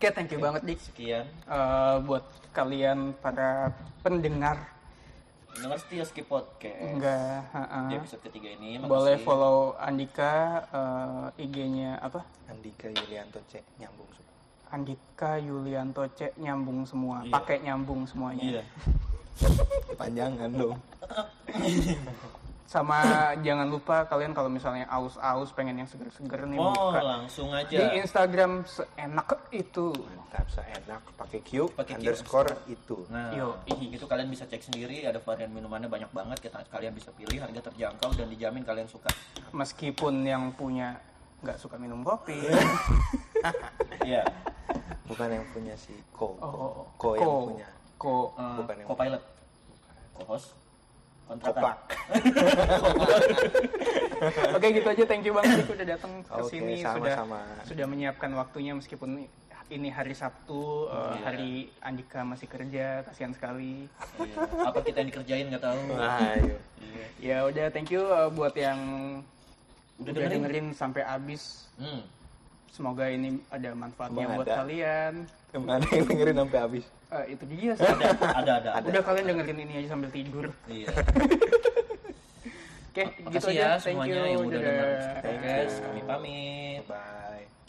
Oke, thank you banget Dik.
sekian
Eh, buat kalian para pendengar
dengar setia skip podcast
enggak ha-ha.
di episode ketiga ini makasih.
boleh follow Andika eh, IG-nya apa?
Andika Yulianto cek nyambung suka.
Andika Yulianto C nyambung semua,
Iya.
pakai nyambung semuanya.
iya
panjangan dong
Sama jangan lupa kalian kalau misalnya aus-aus pengen yang seger-seger nih
oh
buka
langsung
di
aja
Instagram seenak itu.
mantap seenak pakai Q
Pakai Q,
underscore itu
Nah,
Yo, ih.
itu kalian bisa cek sendiri ada varian minumannya banyak banget kita kalian bisa pilih harga terjangkau dan dijamin kalian *laughs* suka.
Meskipun yang punya nggak suka minum
*laughs*
kopi.
Iya.
bukan yang punya si Ko
Oh, oh, oh.
Ko yang punya Oh.
Ko.
Eh,
Bukan yang-
co-pilot. Co-host. Kontrakan.
*laughs*
Kopak
*laughs* Oke, gitu aja. Thank you banget Dik, udah datang ke
oke
sini sudah
sama-sama
sudah menyiapkan waktunya meskipun ini hari Sabtu,
Oh,
eh,
Iya.
hari Andika masih kerja, kasihan sekali.
Iya. Apa kita yang dikerjain nggak tahu.
nah, ayo
Iya.
Ya udah, thank you eh, buat yang
Udah
udah,
dengerin.
dengerin sampai habis.
Hmm.
Semoga ini ada manfaatnya
Emang
buat
ada.
kalian.
kemana yang dengerin sampai habis
Eh, itu
*laughs*
dia sih.
Ada, ada, ada. ada.
Udah kalian dengerin ini aja sambil tidur. *laughs*
Iya.
Oke, gitu
Makasih
aja.
ya
Thank
semuanya
you.
yang udah
Dadah.
Nah.
dengar. Podcast. Kami pamit.
bye